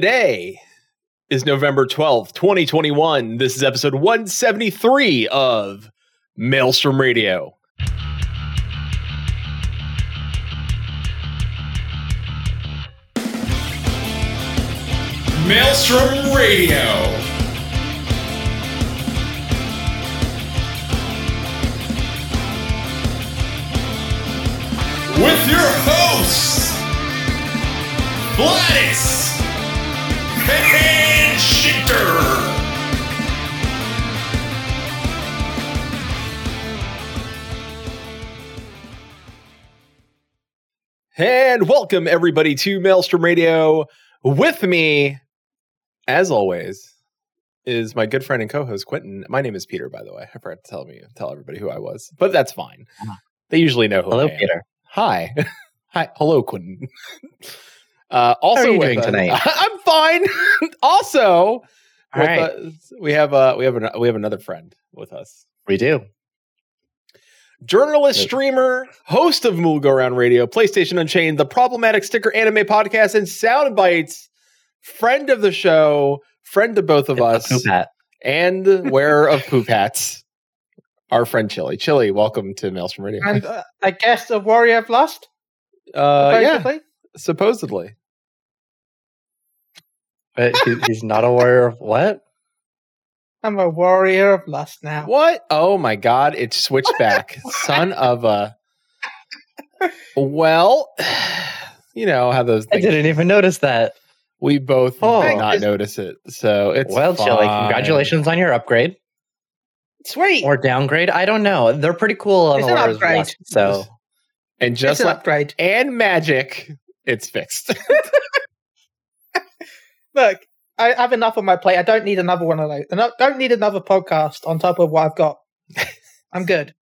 Today is November 12th, 2021. This is episode 173 of Maelstrom Radio. Maelstrom Radio. With your hosts, Gladys and Shinter. And welcome everybody to Maelstrom Radio. With me, as always, is my good friend and co-host Quentin. My name is Peter, by the way. I forgot to tell me tell everybody who I was, but that's fine. They usually know who Uh-huh. Hello, I am. Peter. Hi. Hi. Hello, Quentin. Uh, also, are you with doing us- tonight? I'm fine. also, All with right, us- we have uh, we have an, we have another friend with us. we do. Journalist, Yes. streamer, host of Mool Go Round Radio, PlayStation Unchained, the problematic sticker anime podcast, and sound bites. Friend of the show, friend to both of It's a us, poop hat. and wearer of poop hats. Our friend Chili, Chili, welcome to Maelstrom Radio. and uh, I guess a warrior of lust. Uh, yeah, basically. supposedly. But Uh, he- he's not a warrior of what? I'm a warrior of lust now. What? Oh my god, it switched back. Son of a Well, you know how those I things didn't even notice that. we both Oh. did not notice it. So it's well, Chili, fine. congratulations on your upgrade Sweet. or downgrade. I don't know. They're pretty cool on It's an Warriors of upgrade. Lust, So And Just just it's an like upgrade. and magic, it's fixed. Look, I have enough on my plate. I don't need another one of those. And I don't need another podcast on top of what I've got. I'm good.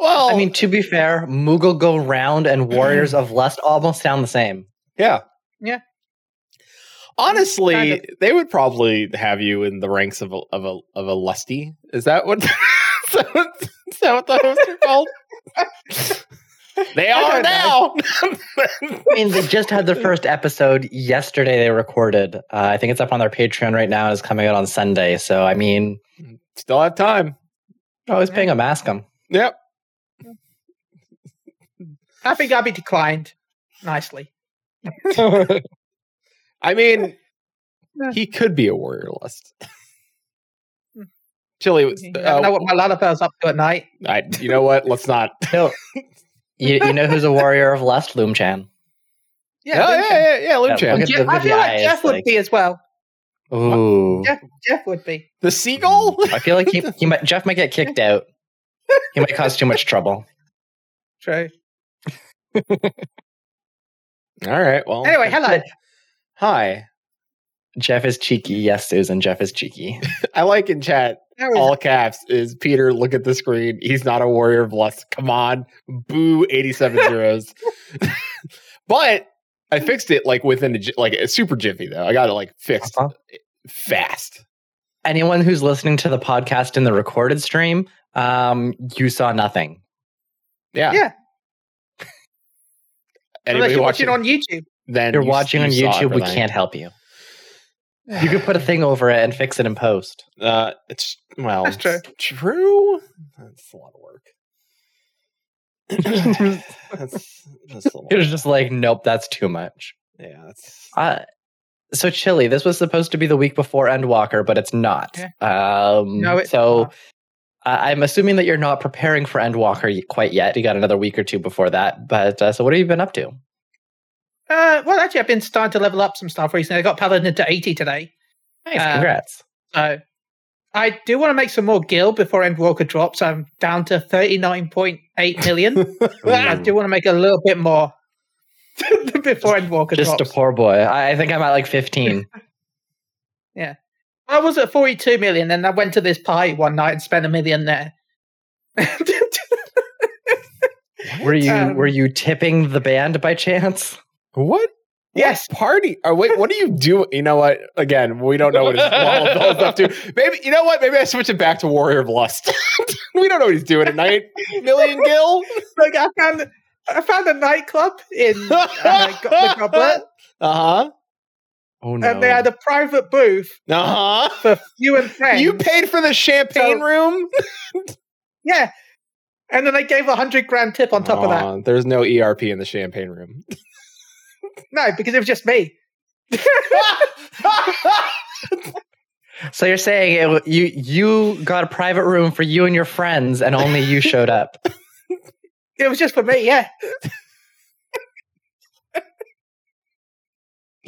well I mean, to be fair, Moogle Go Round and Warriors of Lust almost sound the same. Yeah. Yeah. Honestly, Kind of. they would probably have you in the ranks of a of a of a lusty. Is that what? is that what- is that what the hosts are called? they I are don't now. I mean, they just had their first episode yesterday. They recorded. Uh, I think it's up on their Patreon right now and it's coming out on Sunday. So I mean, Still have time. always Yeah. paying a mask 'em. Yep. I think I'll be declined nicely. I mean, he could be a warrior lust. Hmm. Chili, was- You never know uh, what my lullabelle's up to at night. I, you know what? Let's not. No, you, you know who's a warrior of lust? Loom Chan. Yeah, Duncan. Oh, yeah, yeah, yeah, Loom Yeah, Chan. look at- Jeff- the I feel video like eyes, Jeff would like- be as well. Ooh. Jeff, Jeff would be. The seagull. I feel like he, he might, Jeff might get kicked out. He might cause too much trouble. True. Mm-hmm. All right. Well. Anyway, hello. Hi. Jeff is cheeky. Yes, Susan, Jeff is cheeky. I like in chat. How is all caps is Peter. Look at the screen. He's not a warrior of lust. Come on, boo. Eighty-seven zeros. but I fixed it like within a, ji- like a super jiffy though. I got it like fixed Uh-huh. fast. Anyone who's listening to the podcast in the recorded stream, um, you saw nothing. Yeah. Yeah. Anybody Unless you're watching, watching on YouTube. Then You're you- watching you on saw it YouTube. We for that. can't help you. You could put a thing over it and fix it in post. Uh, it's well. That's true. it's True. That's a lot of work. that's, that's a lot. It was just like, nope, that's too much. Yeah. That's, Uh, so chilly. This was supposed to be the week before Endwalker, but it's not. Um, No, it's so not. I I'm assuming that you're not preparing for Endwalker y- quite yet. You got another week or two before that. But uh, so what have you been up to? Uh, well, actually, I've been starting to level up some stuff recently. I got Paladin to 80 today. Nice, Uh, congrats. So I do want to make some more gil before Endwalker drops. I'm down to 39.8 million. I do want to make a little bit more before Endwalker Just a drops. poor boy. I, I think I'm at like 15. I was at 42 million and I went to this party one night and spent a million there. were you Um, were you tipping the band by chance? what? What Yes. party. Or wait, what do you do? You know what? Again, we don't know what his all of up to. Maybe you know what? Maybe I switch it back to Warrior of Lust. we don't know what he's doing at night. Million Gill. like I found I found a nightclub in uh, Go- the Goblet Uh huh. Oh no! and they had a private booth Uh huh. for you and friends. You paid for the champagne So- room yeah. And then they gave a hundred grand tip on top of that. Aw, There's no ERP in the champagne room. No, because it was just me. so you're saying it, w- you you got a private room for you and your friends, and only you showed up. It was just for me, yeah.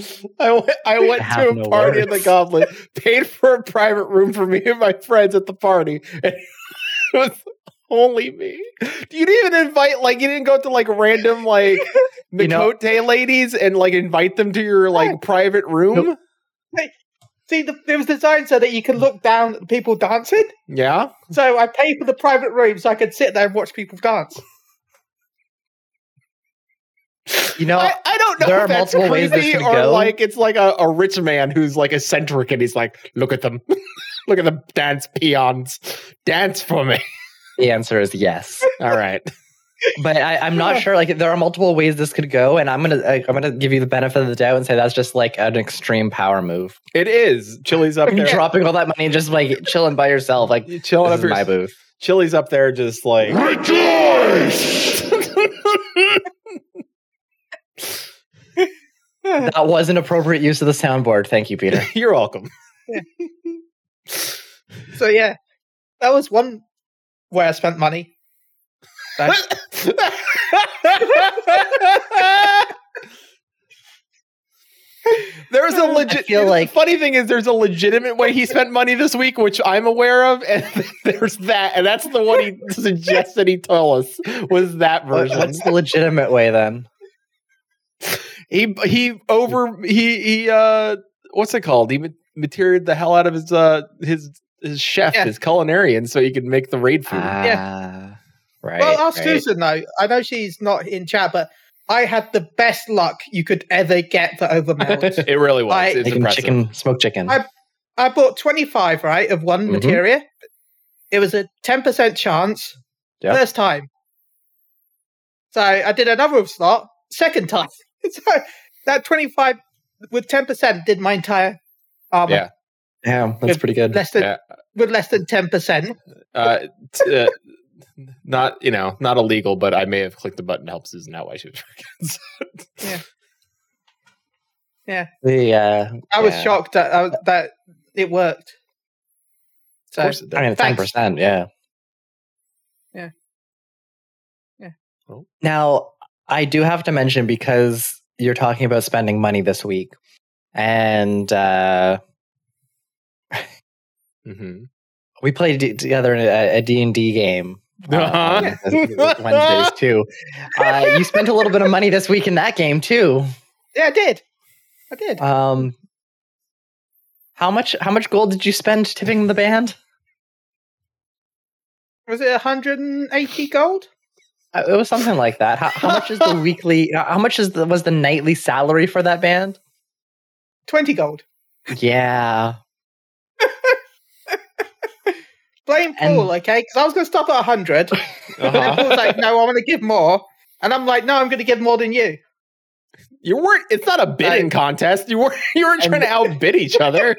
I went, I went have to a no party in the words. Goblin, paid for a private room for me and my friends at the party, and it was only me. You didn't even invite, like, you didn't go to like random like You know- Makote ladies and like invite them to your like private room. Nope. See, the, it was designed so that you could look down at people dancing. Yeah, So I paid for the private room so I could sit there and watch people dance. You know, I, I don't know there if are that's multiple ways this creepy could or go. like it's like a, a rich man who's like eccentric and he's like, look at them, look at them dance peons, dance for me. the answer is yes. All right. but I, I'm not Yeah. sure. Like, there are multiple ways this could go, and I'm gonna I, I'm gonna give you the benefit of the doubt and say that's just like an extreme power move. It is. Chili's up there. Dropping all that money and just like chilling by yourself, like You chilling this up is your my booth. Chili's up there just like That was an appropriate use of the soundboard. Thank you, Peter. You're welcome. So yeah, that was one where I spent money. There's a I legit. feel like- funny thing is, there's a legitimate way he spent money this week, which I'm aware of, and there's that, and that's the one he suggested he told us was that What- version. What's the legitimate way then? he he over he he uh what's it called he ma- materialed the hell out of his uh his his chef Yeah. his culinarian so he could make the raid food Ah, right. well, ask right. Susan though. I know she's not in chat, but I had the best luck you could ever get for overmelt. it really was I- it's Making impressive chicken, smoked chicken. I- I bought 25, right, of one Mm-hmm. Mhm. materia. It was a 10% chance Yeah. first time. So I did another slot second time. So that 25 with 10% did my entire armor Yeah. yeah, that's pretty good. less than, Yeah. with less than 10%. uh, t- uh not you know not illegal but i may have clicked the button to help susan out while she was drinking The uh, I was Yeah. shocked that, uh, that it worked. So, of course it I does. mean, ten percent. Yeah. Yeah. Yeah. Cool. Oh. Now, I do have to mention because you're talking about spending money this week, and uh, Mhm. we played d- together a D and D game. uh, on Uh-huh. Wednesdays too. Uh, you spent a little bit of money this week in that game too. yeah, I did. I did. Um, how much? How much gold did you spend tipping the band? Was it 180 gold? Uh, It was something like that. How, how much is the weekly? How much is the, was the nightly salary for that band? 20 gold. Yeah, Blame And- Paul, okay? Because I was going to stop at 100. And Uh-huh. then Paul's like, no, I'm going to give more. And I'm like, no, I'm going to give more than you. you weren't it's not a bidding I- contest you weren't you weren't trying to outbid each other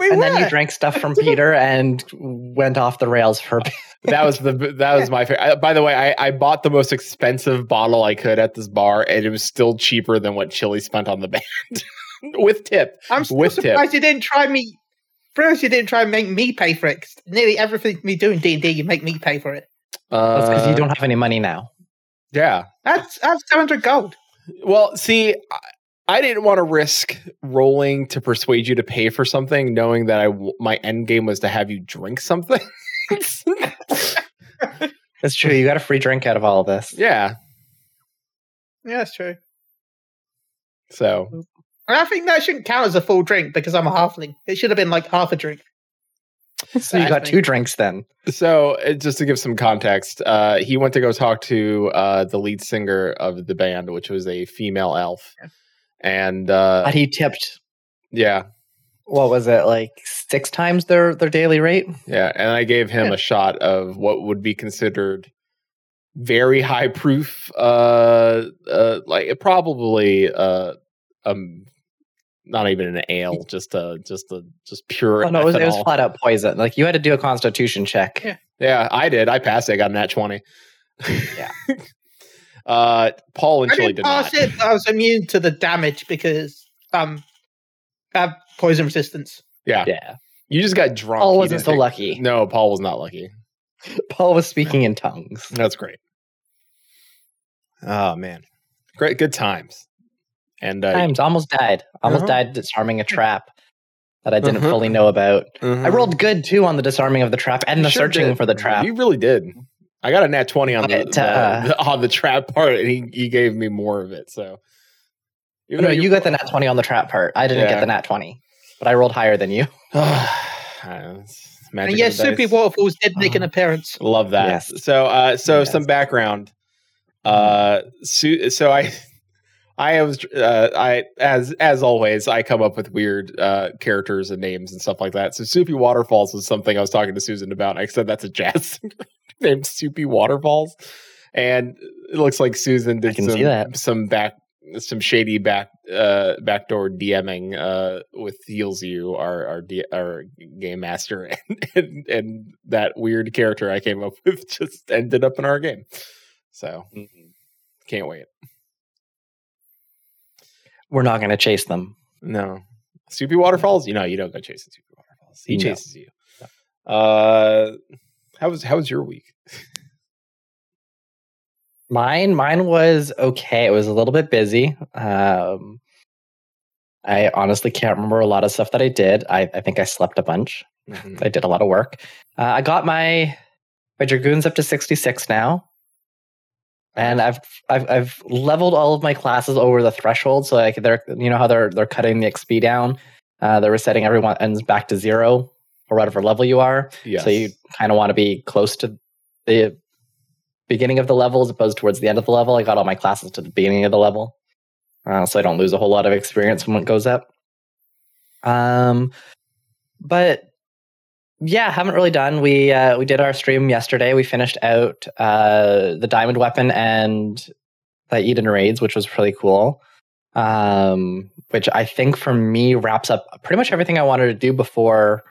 We and were. then you drank stuff from Peter and went off the rails for. that was the that was my favorite. By the way, I, I bought the most expensive bottle I could at this bar, and it was still cheaper than what Chili spent on the band with tip. I'm still with tip. surprised you didn't try me. Surprised you didn't try and make me pay for it. 'cause nearly everything we do in D and D, you make me pay for it. That's because Uh, you don't have any money now. Yeah. That's that's 700 gold. Well, see, I, I didn't want to risk rolling to persuade you to pay for something, knowing that I w- my end game was to have you drink something. That's true. You got a free drink out of all of this. yeah. Yeah, that's true. So And I think that shouldn't count as a full drink because I'm a halfling. It should have been like half a drink. So you got Exactly. two drinks then. so uh, just to give some context, uh, he went to go talk to uh, the lead singer of the band, which was a female elf. And uh, But he tipped. yeah, What was it like six times their their daily rate? Yeah, and I gave him Yeah. a shot of what would be considered very high proof, uh, uh like probably uh, eh, um, Not even an ale, just a just a just pure. Oh, no, it was, it was ethanol. flat out poison. Like you had to do a constitution check. Yeah, I did. I passed. it. I got a nat twenty. Yeah. uh, Paul and I Chili didn't did pass not. it, but I was immune to the damage because um, I have poison resistance. Yeah, Yeah. you just got drunk. Paul You wasn't didn't so take- lucky. No, Paul was not lucky. Paul was speaking in tongues. That's great. Oh man, great good times. And uh, Times almost died. Almost Uh-huh. died disarming a trap that I didn't Uh-huh. fully know about. mhm. I rolled good too on the disarming of the trap and You the sure searching did. for the trap. You really did. I got a nat twenty on the, But, uh, the- on the trap part, and he, he gave me more of it. So even no, though you got the nat 20 on the trap part. I didn't Yeah. get the nat 20, but I rolled higher than you. Ah, it's magic and of yes, the dice. soupy waterfalls did make an Uh-huh. appearance. Love that. Yes. So, uh, so Yes. Mm-hmm. some background. Uh, so, so I, I was, uh, I as as always, I come up with weird uh, characters and names and stuff like that. So, Soupy Waterfalls was something I was talking to Susan about. and I said that's a jazz singer named Soupy Waterfalls, and it looks like Susan did I can some see that. some back some shady back uh backdoor DMing uh with heals you our our, D- our game master and, and and that weird character I came up with just ended up in our game. So can't wait. We're not going to chase them. No. Soupy Waterfalls? You know, you don't go chasing Soupy Waterfalls. He No. chases you. Uh how was how was your week? Mine, mine was okay. It was a little bit busy. Um, I honestly can't remember a lot of stuff that I did. I, I think I slept a bunch. Mm-hmm. I did a lot of work. Uh, I got my my dragoons up to sixty six now, and I've I've I've leveled all of my classes over the threshold. So like they're you know how they're they're cutting the XP down. Uh, they're resetting everyone ends back to zero or whatever level you are. Yes. So you kind of want to be close to the beginning of the level as opposed towards the end of the level. I got all my classes to the beginning of the level, uh, so I don't lose a whole lot of experience when it goes up. Um, but yeah, haven't really done. We uh, we did our stream yesterday. We finished out uh, the diamond weapon and the Eden raids, which was pretty cool. Um, which I think for me wraps up pretty much everything I wanted to do before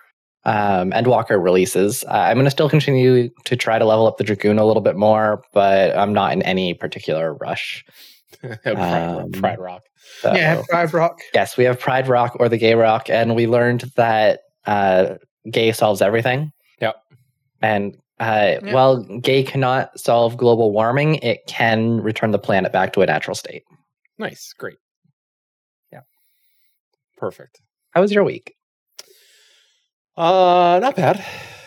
um, Endwalker releases. Uh, I'm going to still continue to try to level up the Dragoon a little bit more, but I'm not in any particular rush. Pride, Rock- um, Pride Rock. So, Yeah, Drive Rock. Yes, we have Pride Rock or the Gay Rock, and we learned that uh, gay solves everything. Yep. And uh, Yep. while gay cannot solve global warming, it can return the planet back to a natural state. Nice. Great. Yeah. Perfect. How was your week? Uh, not bad.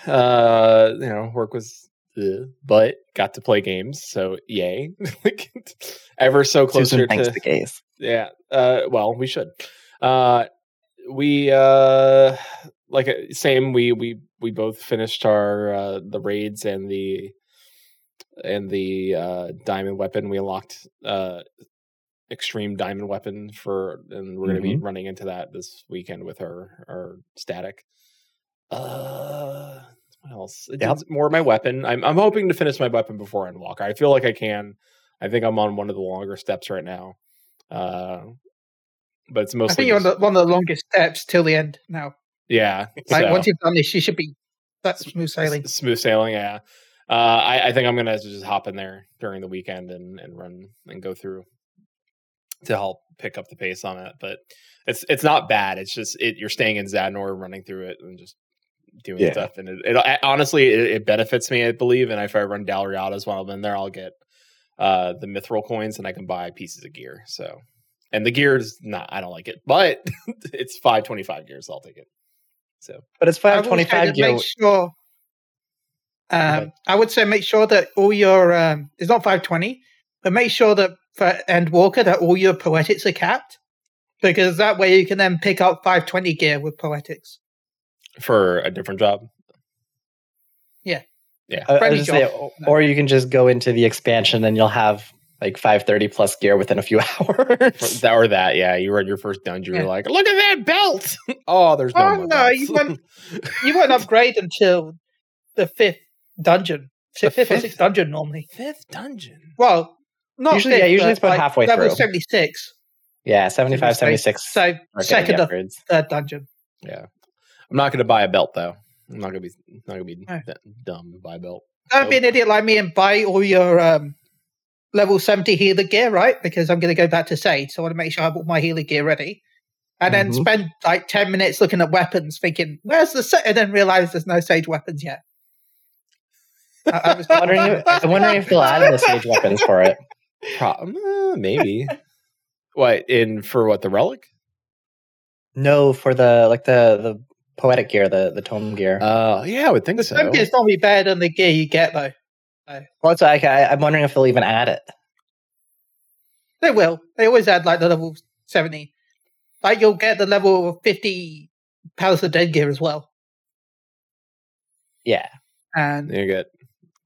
Uh, you know, work was, uh, but got to play games, so yay! like ever so closer Susan thanks to to gays. yeah. Uh, well, we should. Uh, we uh, like uh, same. We we we both finished our uh, the raids and the and the uh, diamond weapon. We unlocked uh, extreme diamond weapon for, and we're going to be Mm-hmm. running into that this weekend with our our static. Uh, what else? It Yep. does more of my weapon. I'm I'm hoping to finish my weapon before Endwalker. I feel like I can. I think I'm on one of the longer steps right now. Uh, but it's I mostly think you're on just- the, one of the longest steps till the end now. yeah. Like so- once you've done this, you should be that's smooth sailing. S- smooth sailing, yeah. Uh, I, I think I'm gonna have to just hop in there during the weekend and, and run and go through to help pick up the pace on it. But it's it's not bad. It's just it you're staying in Zadnor, running through it, and just doing Yeah. stuff. And it, it I- honestly it, it benefits me, I believe. And if I run Dalriadas while I'm in there, I'll get uh, the mithril coins and I can buy pieces of gear. So and the gear is not I don't like it, but it's five twenty five gears. I'll take it. So But it's I would say 525 that gear. Make sure. Um, I would say make sure that all your um, it's not five twenty, but make sure that for Endwalker that all your poetics are capped, because that way you can then pick up five twenty gear with poetics. for a different job. Uh, I- I was friendly gonna say, job. or you can just go into the expansion and you'll have like 530 plus gear within a few For- hours. that or that, yeah. You read your first dungeon, you're Yeah. like, look at that belt. oh, there's no. Oh, more no, belts. you went- You won't upgrade until the fifth dungeon, The fifth or fifth? sixth dungeon normally. fifth dungeon. Well, not Usually- fifth, yeah, usually but it's about like halfway level through. seventy six. Yeah, 75, 76. So are gonna second be or upgrades. third dungeon. Yeah. I'm not going to buy a belt though. I'm not going to be not going to be No. d- dumb and buy a belt. Don't be an idiot like me and buy all your um, level 70 healer gear, right? Because I'm going to go back to Sage. So I want to make sure I have all my healer gear ready. And then Mhm. spend like 10 minutes looking at weapons, thinking, where's the Sage? And then realize there's no Sage weapons yet. I, I was I'm wondering, if, I'm wondering if they'll add the sage weapons for it. Pro- uh, maybe. what in for what the relic? No, for the like the the poetic gear, the the tome gear. Uh yeah, I would think The so. so. gear's normally better than the gear you get, though. well, that's why I, I, I'm wondering if they'll even add it. They will. They always add like the level 70. Like you'll get the level 50 Palace of Dead gear as well. Yeah, And You get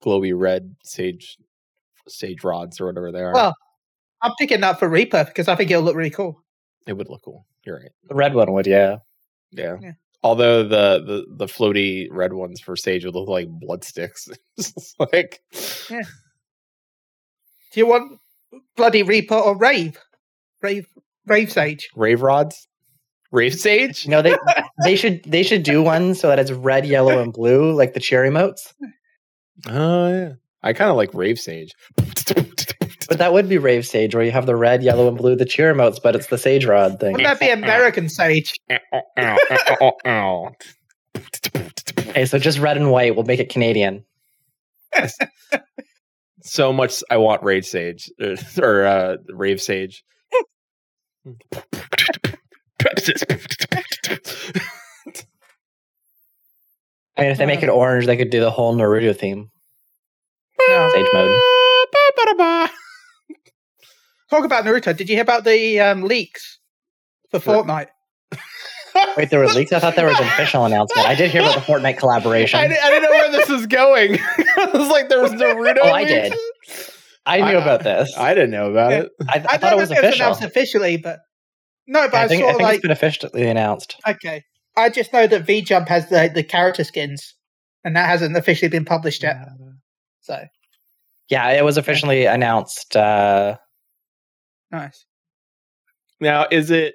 glowy red sage sage rods or whatever they are. Well- I'm picking that for Reaper because I think it'll look really cool. it would look cool. You're right. the red one would. Yeah, Yeah. Yeah. Although the, the the floaty red ones for sage would look like blood sticks. It's like Yeah. Do you want bloody Reaper or Rave? Rave, Rave Sage. rave rods. Rave sage? you know they they should they should do one so that it's red, yellow, and blue like the cherry motes. Oh yeah. I kind of like rave sage. But that would be rave sage, where you have the red, yellow, and blue, the cheer emotes, but it's the sage rod thing. Wouldn't that be American Sage? Okay, so just red and white will make it Canadian. so much I want rage sage uh, or uh, rave sage. I mean, if they make it orange, they could do the whole Naruto theme, No. sage mode. Talk about Naruto. Did you hear about the um, leaks for Sure. Fortnite? Wait, there were leaks. I thought there was an official announcement. I did hear about the Fortnite collaboration. I, di- I didn't know where this was going. I was like, there was Naruto. Oh, I leaks? did. I knew I- about this. I, I didn't know about Yeah. it. I, I, thought don't it know was if it was official. announced officially, but no, but I, I think, sort I of think like it's been officially announced. okay. I just know that V Jump has the, the character skins, and that hasn't officially been published yet. So Yeah, it was officially announced. Uh, nice. Now, is it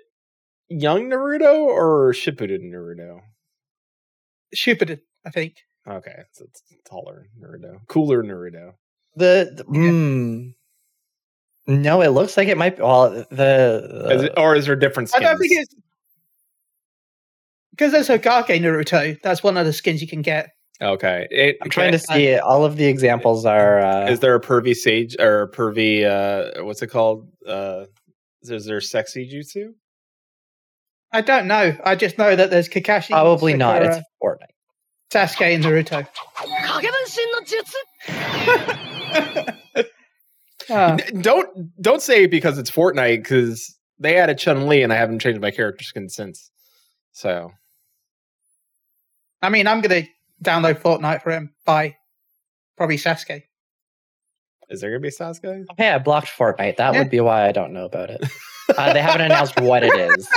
young Naruto or Shippuden Naruto? Stupid, I think. Okay, so it's taller Naruto, cooler Naruto. the the- mm, no, it looks like it might. Be, well, the Is it- or is there different I skins? don't think it's because there's Hokage Naruto. That's one of the skins you can get. okay. It- I'm trying to see it. All of the examples are. Uh, Is there a pervy sage or a pervy? Uh, what's it called? Uh, is there sexy jutsu? I don't know. I just know that there's Kakashi. probably not. Sakura, It's Fortnite. Sasuke and Naruto. 影分身の術 Ah, N- Don't don't say it because it's Fortnite because they added Chun Li and I haven't changed my character skin since. So I mean, I'm gonna download Fortnite for him. Buy probably Sasuke. is there gonna be Sasuke? Okay, I blocked Fortnite. That Yeah. would be why I don't know about it. Uh, they haven't announced what it is.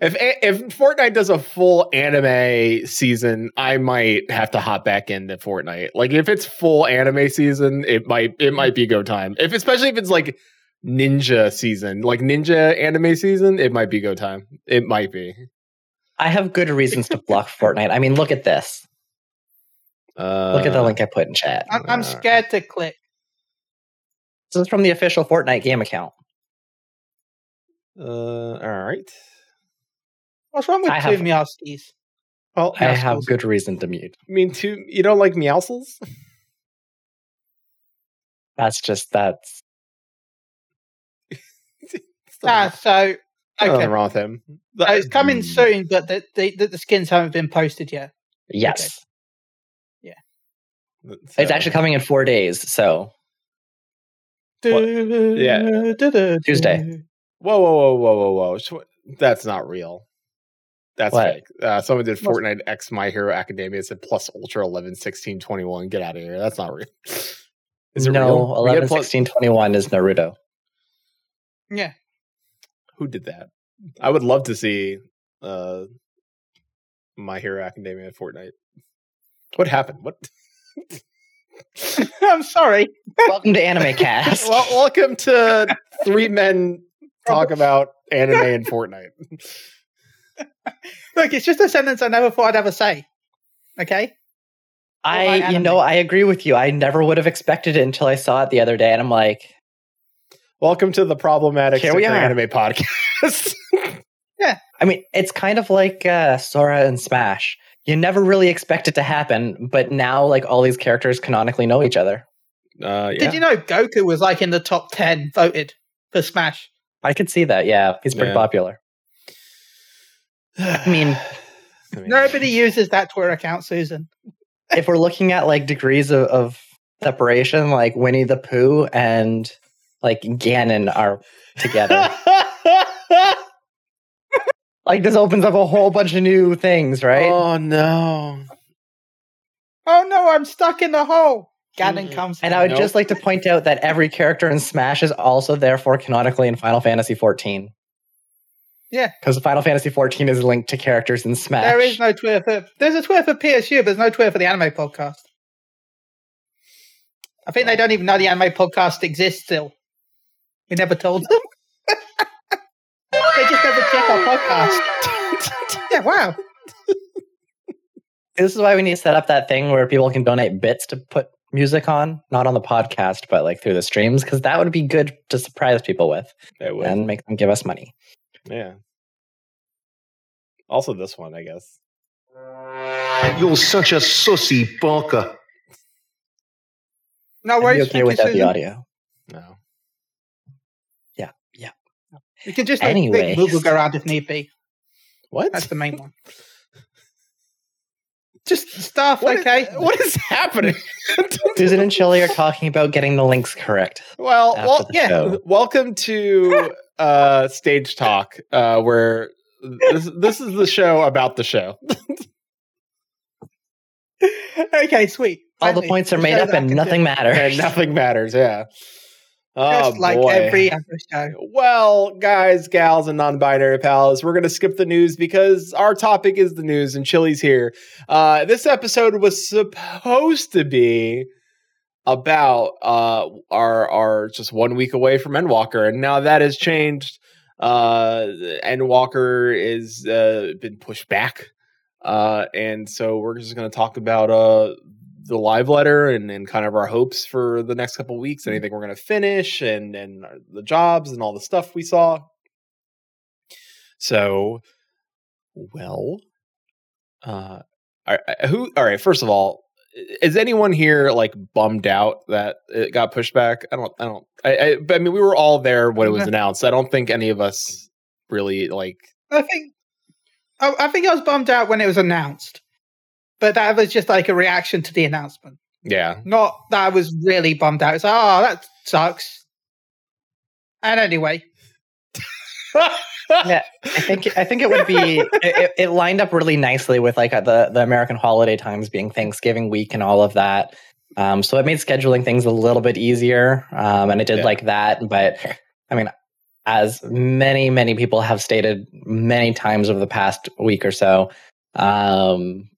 If a- if Fortnite does a full anime season, I might have to hop back into Fortnite. Like if it's full anime season, it might it might be go time. If especially if it's like ninja season, like ninja anime season, it might be go time. It might be. I have good reasons to block Fortnite. I mean, look at this. Uh, Look at the link I put in chat. I'm, I'm scared to click. This is from the official Fortnite game account. Uh, all right. What's wrong with I two have- Miaskis? Well, I I have good reason to mute. mean, two. You don't like meowsles? That's just that's Ah, so Nothing okay. wrong with him. Mm, So it's coming Hmm. soon, but the, the the the skins haven't been posted yet. yes. So- It's actually coming in four days, so What? Yeah. Tuesday. Whoa, whoa, whoa, whoa, whoa, whoa! Sh- That's not real. That's What? fake. Uh, someone did What's- Fortnite X My Hero Academia. It said plus Ultra 11, 16, 21. Get out of here. That's not real. Is it no real? We get eleven plus- sixteen twenty one is Naruto. Yeah. Who did that? I would love to see uh, My Hero Academia at Fortnite. What happened? What? I'm sorry. Welcome to Anime Cast. well, welcome to Three Men talk about anime and Fortnite. Look, it's just a sentence I never thought I'd ever say. Okay? What I, about you know, I agree with you. I never would have expected it until I saw it the other day, and I'm like, Welcome to the problematic Here we Sticker are. anime podcast. I mean, it's kind of like uh, Sora and Smash. You never really expect it to happen, but now like all these characters canonically know each other. uh, yeah. Did you know Goku was like in the top 10 voted for Smash? I could see that. Yeah, he's pretty Yeah. popular. I mean, I mean, Nobody uses that Twitter account, Susan. if we're looking at like degrees of, of separation, like Winnie the Pooh and like Ganon are together. like this opens up a whole bunch of new things, right? Oh no! Oh no, I'm stuck in the hole. Ganon Mm. comes. and I would Nope. just like to point out that every character in Smash is also therefore canonically in Final Fantasy 14. Yeah. Because Final Fantasy 14 is linked to characters in Smash. There is no Twitter for. There's a Twitter for PSU, but there's no Twitter for the anime podcast. I think they don't even know the anime podcast exists still. We never told them. they just never check our podcast. Yeah, wow. this is why we need to set up that thing where people can donate bits to put music on, not on the podcast, but like through the streams, because that would be good to surprise people with It would. and make them give us money. yeah. Also, this one, I guess. You're such a sussy barker. No I'd be worries. okay we, without can, the Susan. audio. No. we can just like, Anyways. Google Garage if need be. What? That's the main one. Just stuff, What is- okay? what is happening? Susan and Chili are talking about getting the links correct. Well, after well the yeah. show. Welcome to uh, Stage Talk, uh, where this, this is the show about the show. okay, sweet. All the Finally, points are the made show up that I and can do. nothing matters. And nothing matters, yeah. Oh, Just like boy. every other show. Well, guys, gals, and non binary pals, we're going to skip the news because our topic is the news and Chili's here. Uh, this episode was supposed to be about uh, our, our just one week away from Endwalker, and now that has changed. Uh, Endwalker is uh, been pushed back. Uh, and so we're just going to talk about uh, the live letter and, and kind of our hopes for the next couple Mm-hmm. weeks, anything we're going to finish, and and uh, the jobs and all the stuff we saw. So, well, uh, all right, who? All right, first of all, i- is anyone here like bummed out that it got pushed back? I don't, I don't, I, I, but I mean, we were all there when it was Mm-hmm. Mhm. announced. I don't think any of us really like. I think I, I think I was bummed out when it was announced, but that was just like a reaction to the announcement. Yeah, Not that I was really bummed out. It's like, oh, that sucks. And anyway, I think I think it would be it, it- it lined up really nicely with like uh, the the American holiday times being Thanksgiving week and all of that. Um, so it made scheduling things a little bit easier, um, and I did Yeah. like that. But I mean, as many many people have stated many times over the past week or so, um,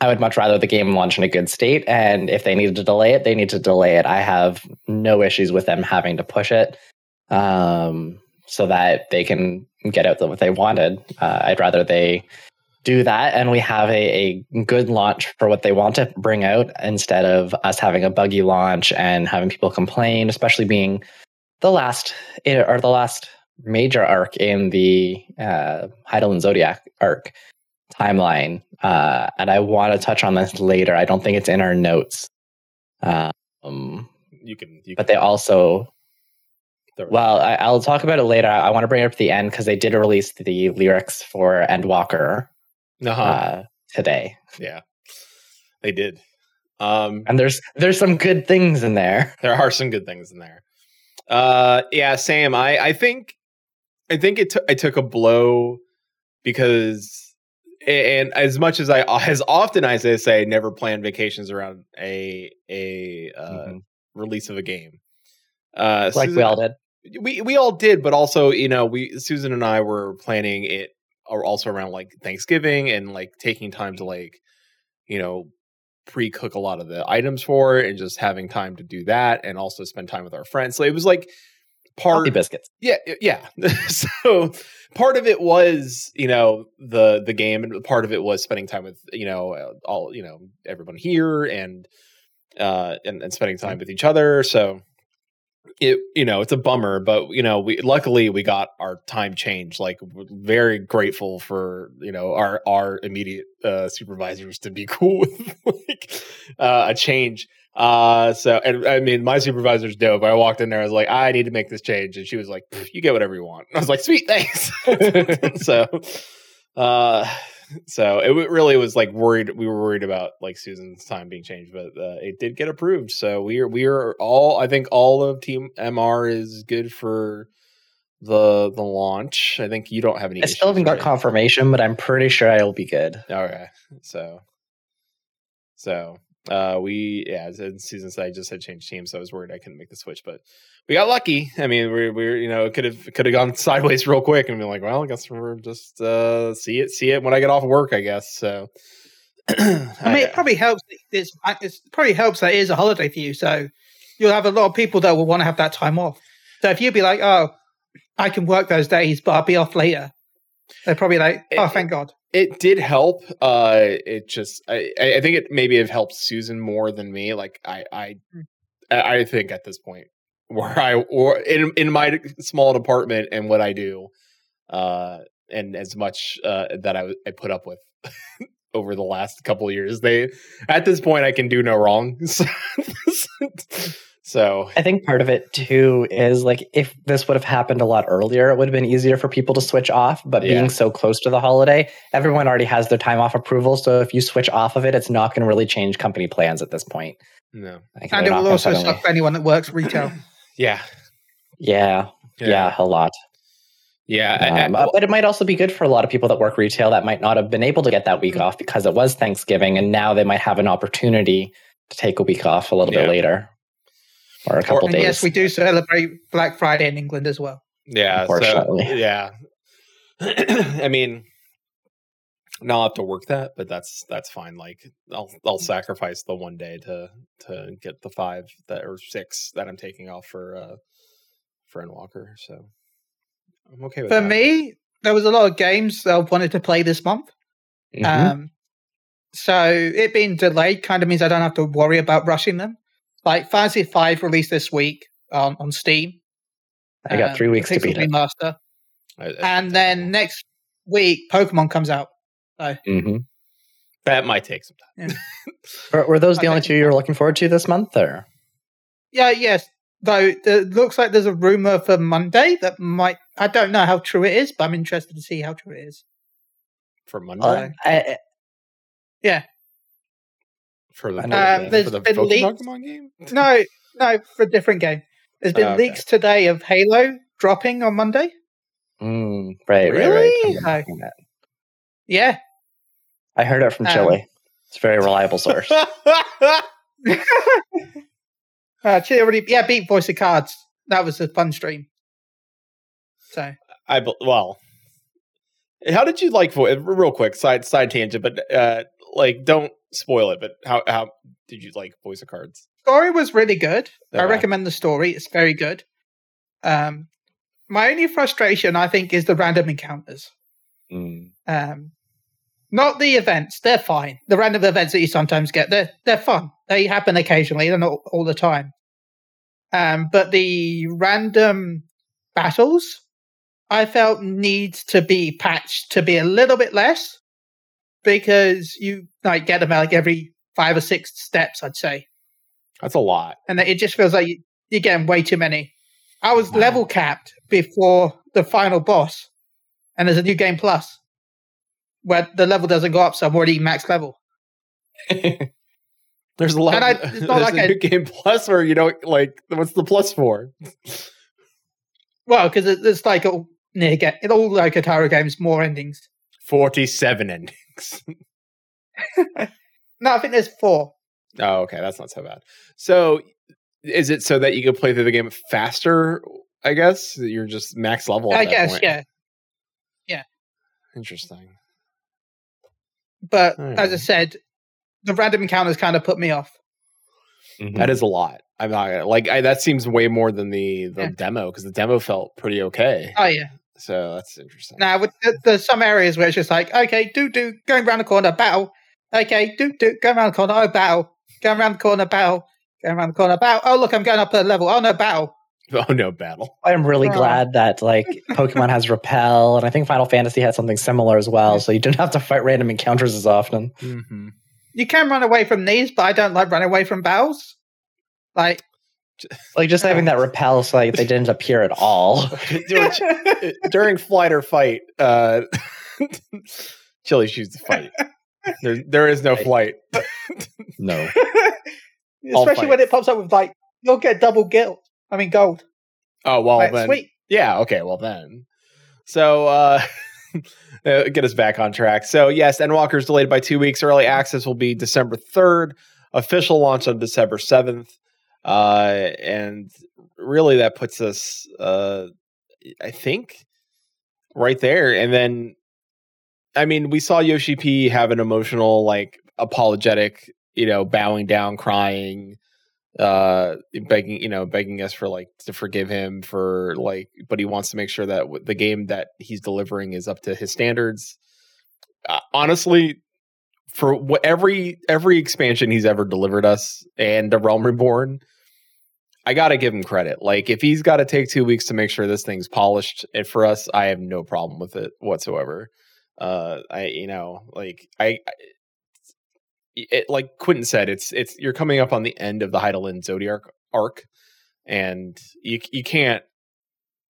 I would much rather the game launch in a good state. And if they needed to delay it, they need to delay it. I have no issues with them having to push it. Um, so that they can get out what they wanted. Uh, I'd rather they do that and we have a, a good launch for what they want to bring out instead of us having a buggy launch and having people complain, especially being the last eh, or the last major arc in the uh, Heidelin Zodiac arc timeline. Uh, and I want to touch on this later. I don't think it's in our notes. Um, you can. You but can they also throw it. well, I, I'll talk about it later. I, want to bring it up the end because they did release the lyrics for Endwalker Uh-huh. uh, today, Yeah, they did. Um, and there's there's some good things in there. there are some good things in there. Uh, yeah, Sam, I I think I think it took I took a blow because a- and as much as I as often as I say never plan vacations around a a uh, Mhm. release of a game. Uh, Like we Susan- all did. we we all did, but also you know we Susan and I were planning it are also around like Thanksgiving and like taking time to like you know pre cook a lot of the items for it and just having time to do that and also spend time with our friends. So it was like part Healthy biscuits. yeah yeah so part of it was you know the the game and part of it was spending time with you know uh, all you know everyone here and uh and, and spending time with each other so it you know it's a bummer but you know we luckily we got our time changed like we're very grateful for you know our our immediate uh supervisors to be cool with like uh, a change uh, so and I mean, my supervisor's dope. I walked in there, I was like, I need to make this change, and she was like, "Pff, You get whatever you want. And I was like, Sweet, thanks. so, uh, so it w- really was like worried. We were worried about like Susan's time being changed, but uh, it did get approved. So we are we are all. I think all of Team MR is good for the the launch. I think you don't have any. I still haven't issues, got right? confirmation, but I'm pretty sure I'll be good. Okay, so, so uh, we yeah, as in season said, I just had changed teams, so I was worried I couldn't make the switch, but we got lucky. I mean, we we you know could have could have gone sideways real quick and been like, well, I guess we're just uh, see it see it when I get off work, I guess. So, I mean, it probably helps. that It's, it's probably helps that it is a holiday for you, so you'll have a lot of people that will want to have that time off. So if you'd be like, "Oh, I can work those days, but I'll be off later," they're probably like, Eh, "Oh, It- thank God." it did help uh it just i i I think it maybe have helped susan more than me like i i i I think at this point where i or in in my small department and what i do uh and as much uh that i, I put up with over the last couple of years they at this point i can do no wrong so, so I think part of it too is like if this would have happened a lot earlier, it would have been easier for people to switch off. But Yeah. being so close to the holiday, everyone already has their time off approval. So if you switch off of it, it's not going to really change company plans at this point. no Like, And they're it not will gonna also suddenly- suck for anyone that works retail. yeah Yeah, yeah, a lot. yeah, I- I- Um, uh, but it might also be good for a lot of people that work retail that might not have been able to get that week off because it was Thanksgiving, and now they might have an opportunity to take a week off a little Yeah. bit later or a couple and days. yes, we do celebrate Black Friday in England as well. Yeah. So, Unfortunately. yeah. I mean, now I'll have to work that, but that's that's fine. Like I'll I'll sacrifice the one day to to get the five that or six that I'm taking off for uh for Walker. So I'm okay with For that. me, there was a lot of games that I wanted to play this month. Mhm. Mm-hmm. Um, so it being delayed kind of means I don't have to worry about rushing them. Like Fantasy Five released this week um, on, on Steam. I got um, three weeks to Pixel beat uh, it. Remaster. I- I should take And then off. next week, Pokemon comes out. hmm that might take some time. Were, were those the Okay. only two you were looking forward to this month, or Yeah, yes. Though it looks like there's a rumor for Monday that might. I don't know how true it is, but I'm interested to see how true it is. for Monday Uh, I, for the, I know Pokemon- that. for the There's been leaks. Pokemon game. No, no, for a different game. There's been Oh, okay. leaks today of Halo dropping on Monday. mm, right, Really? right, right. I'm not- Yeah. I heard it from Um, Chile. it's a very reliable source. Uh, she already, yeah, beat Voice of Cards. That was a fun stream. So I bel- well, how did you like Voice? Real quick, side side tangent, but uh, like don't spoil it. But how how did you like Voice of Cards? story was really good. I Okay. recommend the story. It's very good. Um, my only frustration, I think, is the random encounters. Mm. Um, not the events; they're fine. The random events that you sometimes get, they're they're fun. They happen occasionally. They're not all the time. Um, but the random battles, I felt needs to be patched to be a little bit less, because you like get them like every five or six steps, I'd say That's a lot. and it just feels like you're getting way too many. I was Wow. level capped before the final boss, and there's a new game plus where the level doesn't go up, so I'm already max level. There's a lot. And I- it's there's not like a I- new game plus where you don't like. What's the plus for? Well, because it, it's like all near get it all like Atari games, more endings. Forty seven endings. No, I think there's four. oh, okay, that's not so bad. So, is it so that you can play through the game faster? I guess you're just max level. At I that guess, point. yeah. Interesting. But Hmm. as I said, the random encounters kind of put me off. That is a lot. I'm not gonna like I, that seems way more than the the Yeah. demo because the demo felt pretty okay. Oh yeah. So that's interesting. Now with there- there's some areas where it's just like, okay, do do going round the corner, battle. Okay, do do going round the corner, oh battle. Going round the corner, battle. Going round the corner, battle. Oh look, I'm going up a level. Oh no, battle. Oh no, battle. I'm really Oh. glad that like Pokemon has repel, and I think Final Fantasy had something similar as well. So you didn't have to fight random encounters as often. Mm-hmm. You can run away from these, but I don't like running away from battles. Like Like just having that repel, so like they didn't appear at all. eh, During flight or fight, uh, Chili shoots the fight. There, there is no Right. flight. No, especially when it pops up with like you'll get double guild. I mean gold. Oh well, Like, then sweet. Yeah, okay, well then. So uh uh, get us back on track. So yes, Endwalker's delayed by two weeks. Early access will be December 3rd. Official launch on December 7th. Uh and really that puts us uh I think right there. And then I mean we saw Yoshi P have an emotional, like apologetic, you know, bowing down, crying, uh begging you know begging us for like to forgive him for like but he wants to make sure that w- the game that he's delivering is up to his standards uh, honestly for wh- every every expansion he's ever delivered us and the realm reborn i gotta give him credit like if he's gotta take two weeks to make sure this thing's polished and for us i have no problem with it whatsoever uh i you know like i it, like Quentin said, it's it's you're coming up on the end of the Heidelin Zodiac arc, and you you can't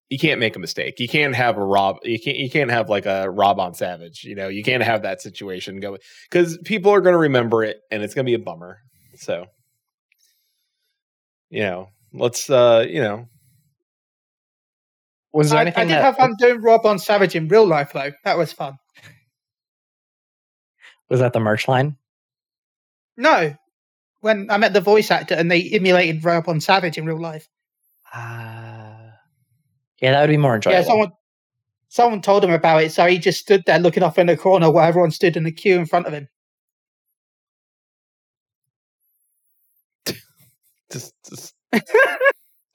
you can't make a mistake. You can't have a Rob. You can't you can't have like a Rob on Savage. You know you can't have that situation going because people are going to remember it, and it's going to be a bummer. So, you know, let's uh, you know, was there I, I anything did that have fun doing Rob on Savage in real life though. That was fun. was that the merch line? No. When I met the voice actor and they emulated Rob on Savage in real life. Uh, yeah, that would be more enjoyable. Yeah, someone someone told him about it, so he just stood there looking off in the corner while everyone stood in the queue in front of him. just just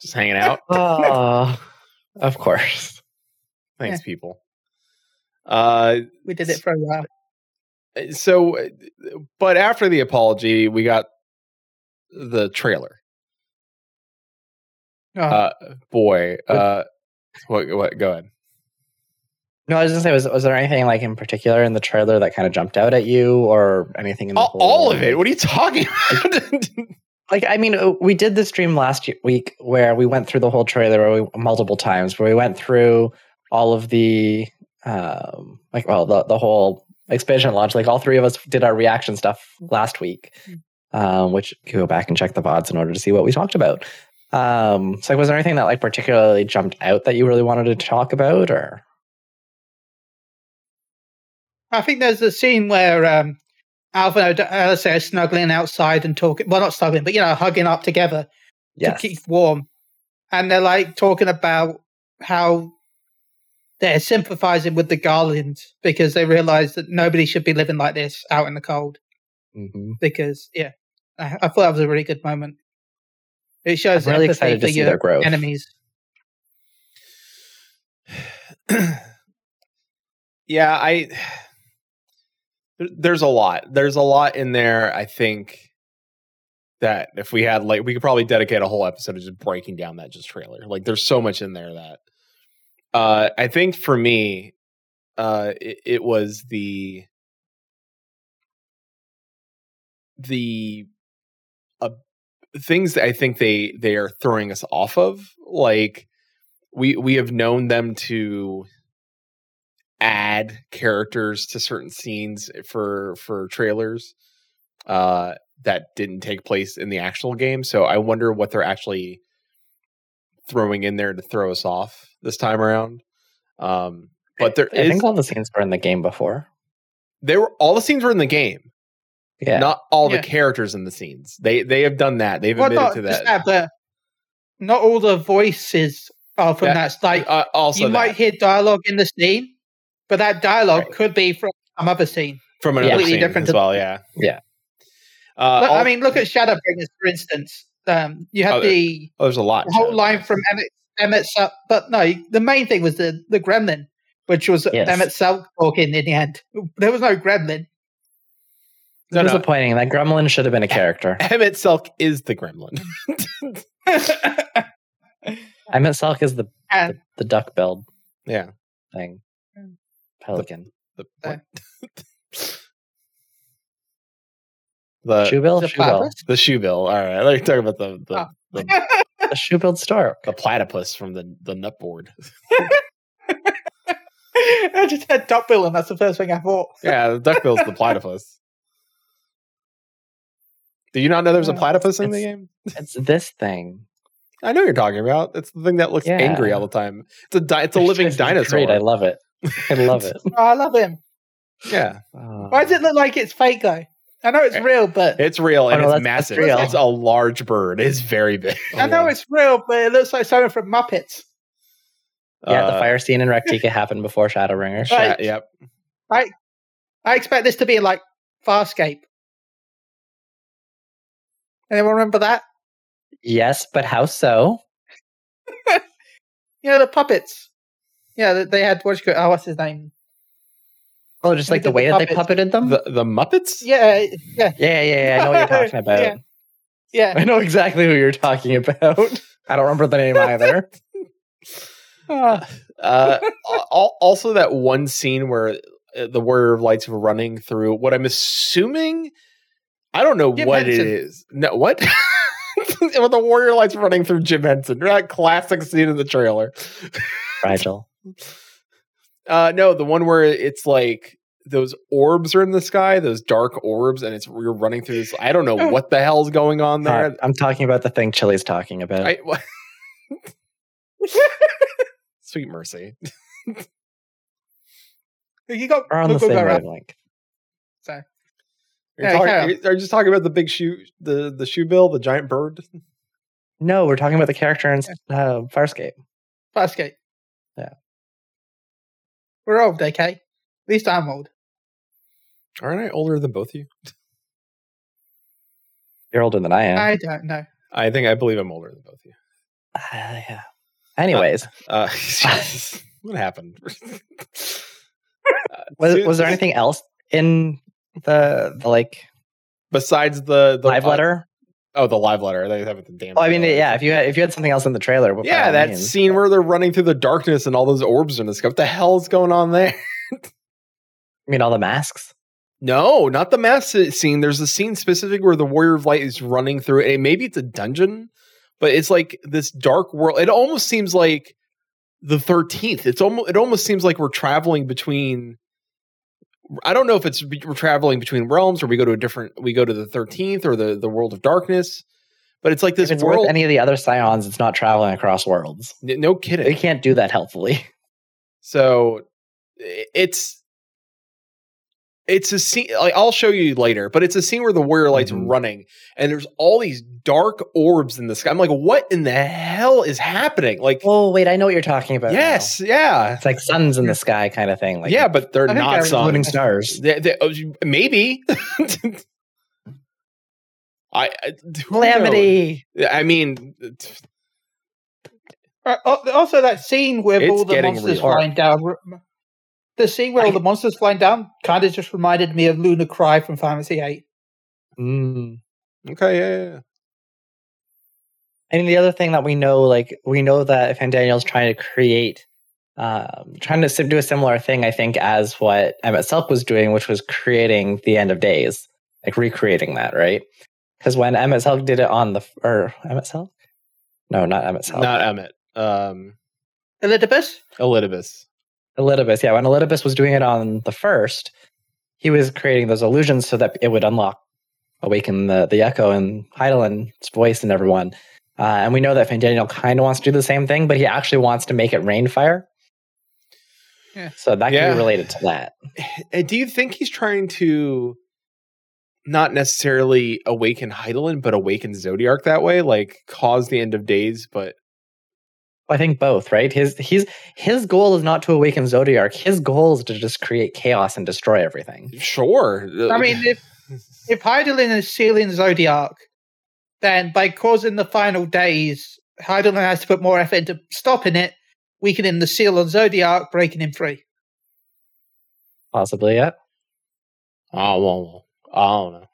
just hanging out. Oh, of course. Thanks, people. Uh, We did it for a while. so uh, but after the apology we got the trailer Oh, uh boy uh what what go ahead No, I was gonna say, was was there anything like in particular in the trailer that kind of jumped out at you, or anything in the all, whole- all of it what are you talking about like I mean, uh, we did this stream last ye- week where we went through the whole trailer where we, multiple times, where we went through all of the um, like well the the whole expansion launch. Like all three of us did our reaction stuff last week, Mm. um, which you can go back and check the vods in order to see what we talked about. Um, so like, was there anything that like particularly jumped out that you really wanted to talk about, or I think there's a scene where um, Alvin uh, and Alice are snuggling outside and talking. Well, not snuggling, but you know, hugging up together yes, to keep warm. And they're like talking about how they're sympathizing with the Garland because they realize that nobody should be living like this out in the cold. Mhm. Because yeah, I, I thought that was a really good moment. It I'm shows really empathy excited to for see their your growth. enemies. yeah i there- there's a lot there's a lot in there i think that if we had like we could probably dedicate a whole episode to just breaking down that just trailer like there's so much in there that uh i think for me uh it, it was the the uh, things that i think they they are throwing us off of like we we have known them to add characters to certain scenes for for trailers uh that didn't take place in the actual game so i wonder what they're actually throwing in there to throw us off this time around um but there I is think all the scenes were in the game before. they were all the scenes were in the game Yeah, not all Yeah. the characters in the scenes they they have done that they've Well, admitted not to just that, that, but not all the voices are from That- that. Like Uh, also you that, might hear dialogue in the scene, but that dialogue Right. could be from some other scene. from another completely scene different as to- well yeah Yeah. uh, Look, all- I mean, look at Shadowbringers, for instance. Um, you had Oh, there- the, Oh, there's a lot. the whole Chad. line from Emmett, Emmett Selk, but no, the main thing was the the gremlin, which was Yes. Emmett Selk talking in the end. There was no gremlin. No, no. Disappointing. That gremlin should have been a character. Emmett Selk is the gremlin. Emmett Selk is the, And the, the duck billed yeah. thing. Mm. Pelican. The, Okay. what? the shoe bill? the Shoe bill. platypus? the shoe bill. All right. They're talking about the the, Oh. the, The shoe billed stork. the platypus from the, the nut board. I just had Doc Bill, and that's the first thing I thought. Yeah, the duck bill's the platypus. Do you not know there's a Yeah. platypus in the It's- game? It's this thing. I know what you're talking about. It's the thing that looks Yeah. angry all the time. It's a di- it's a living It's great. I dinosaur. love it. I love it. Oh, I love him. Yeah, Oh. Why does it look like it's fake though? I know it's real, but it's real and Oh, no, it's that's- that's massive. real. It's a large bird. It's very big. I know it's real, but it looks like someone from Muppets. Yeah, the Uh, fire scene in Rectica happened before Shadowbringer. Sha- Right. Yep. I expect this to be like Farscape. Anyone remember that? Yes, but how so? You know the puppets. Yeah, they- they had what's it called? Oh, what's his name? Oh, just They like the did the way that they puppeted them? The the Muppets. Yeah, yeah, yeah, yeah, yeah. I know what you're talking about. Yeah. yeah. I know exactly who you're talking about. I don't remember the name either. Oh, Uh, al- also, that one scene where uh, the Warrior of Lights were running through what I'm assuming. I don't know Jim what it Henson. is. No, what? With the Warrior Lights running through Jim Henson. That classic scene in the trailer. Rigel. Uh, no, the one where it's like those orbs are in the sky, those dark orbs, and it's you're running through this. I don't know what the hell's going on Uh, there. I'm talking about the thing Chili's talking about. I, what- Sweet mercy. you got We're on the look what same got up. wavelength. You're Yeah, talking- carry are you just talking about the big shoe, the the shoe bill, the giant bird? No, we're talking about the character in uh, Farscape. Farscape. Yeah. We're old, okay? At least I'm old. Aren't I older than both of you? You're older than I am. I don't know. I think I believe I'm older than both of you. Ah, yeah. Anyways, Uh, Jesus. what happened? Uh, was, Su- was there anything else in the, the like besides the, the live letter? Oh, the live letter. They have it the damn. Oh, I mean, trailer. yeah. If you had, if you had something else in the trailer, by yeah, all that means. scene where they're running through the darkness and all those orbs are in the sky. What the hell's going on there? I mean, all the masks. No, not the mass scene. There's a scene specific where the Warrior of Light is running through, and maybe it's a dungeon, but it's like this dark world. It almost seems like the 13th. It's almost it almost seems like we're traveling between. I don't know if it's be- we're traveling between realms, or we go to a different. We go to the 13th or the the world of darkness, but it's like this if it's world. worth any of the other scions, it's not traveling across worlds. n- no kidding. They can't do that helpfully. So i- it's it's a scene. Like, I'll show you later, but it's a scene where the warrior lights Mhm. running, and there's all these dark orbs in the sky. I'm like, what in the hell is happening? Like, Oh wait, I know what you're talking about. now. yes, yeah, it's like suns in the sky kind of thing. Like yeah, but they're I think not I remember sun. including stars. They- they- oh, you- maybe. I, I who Calamity. knows? I mean, t- Uh, al- Also, that scene with It's all the getting monsters real. flying down. re- The scene where all the monsters flying down kind of just reminded me of Luna Cry from Fantasy Eight. Mm. okay, yeah, yeah, yeah. And the other thing that we know, like we know that Van Daniel's trying to create, um, trying to sim- do a similar thing, I think, as what Emmett Selk was doing, which was creating the end of days, like recreating that, right? Because when Emmett Selk did it on the f- or Emmett Selk, no, not Emmett Selk, not Emmett, um, Elidibus? Elidibus. Elidibus, yeah, when Elidibus was doing it on the first, he was creating those illusions so that it would unlock, awaken the the echo in Heidelin's voice and everyone. Uh, and we know that Van Daniel kind of wants to do the same thing, but he actually wants to make it rain fire. Yeah. So that can Yeah. be related to that. Uh, do you think he's trying to not necessarily awaken Heidelin, but awaken Zodiac that way, like cause the end of days? But I think both, right? His his his goal is not to awaken Zodiac. His goal is to just create chaos and destroy everything. sure, I mean, if if Heidelin is sealing Zodiac, then by causing the final days, Heidelin has to put more effort into stopping it, weakening the seal on Zodiac, breaking him free. Possibly, yeah. Oh, well, I don't know.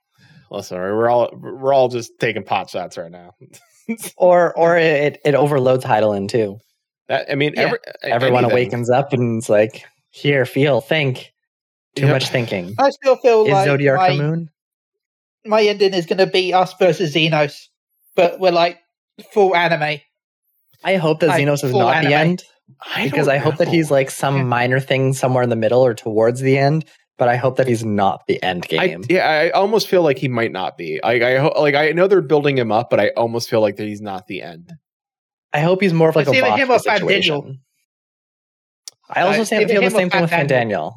Listen, we're all we're all just taking pot shots right now. Or or it, it overloads Heidelin too. That, I mean, Yeah. every, Everyone anything. awakens up and it's like, here, feel, think. Too Yep. much thinking. I still feel Is Oh, like Zodiac my, a moon? my ending is going to be us versus Xenos, but we're like full anime. I hope that Like, Xenos is full not anime. the end. because I hope that he's like some Yeah. minor thing somewhere in the middle or towards the end, but I hope that he's not the end I, game. yeah, I almost feel like he might not be. I, I ho- like I know they're building him up, but I almost feel like that he's not the end. I, hope he's more of like It's a either him Vox or Fat situation. I also Uh, stand either feel the him or same thing Fat with Van Daniel.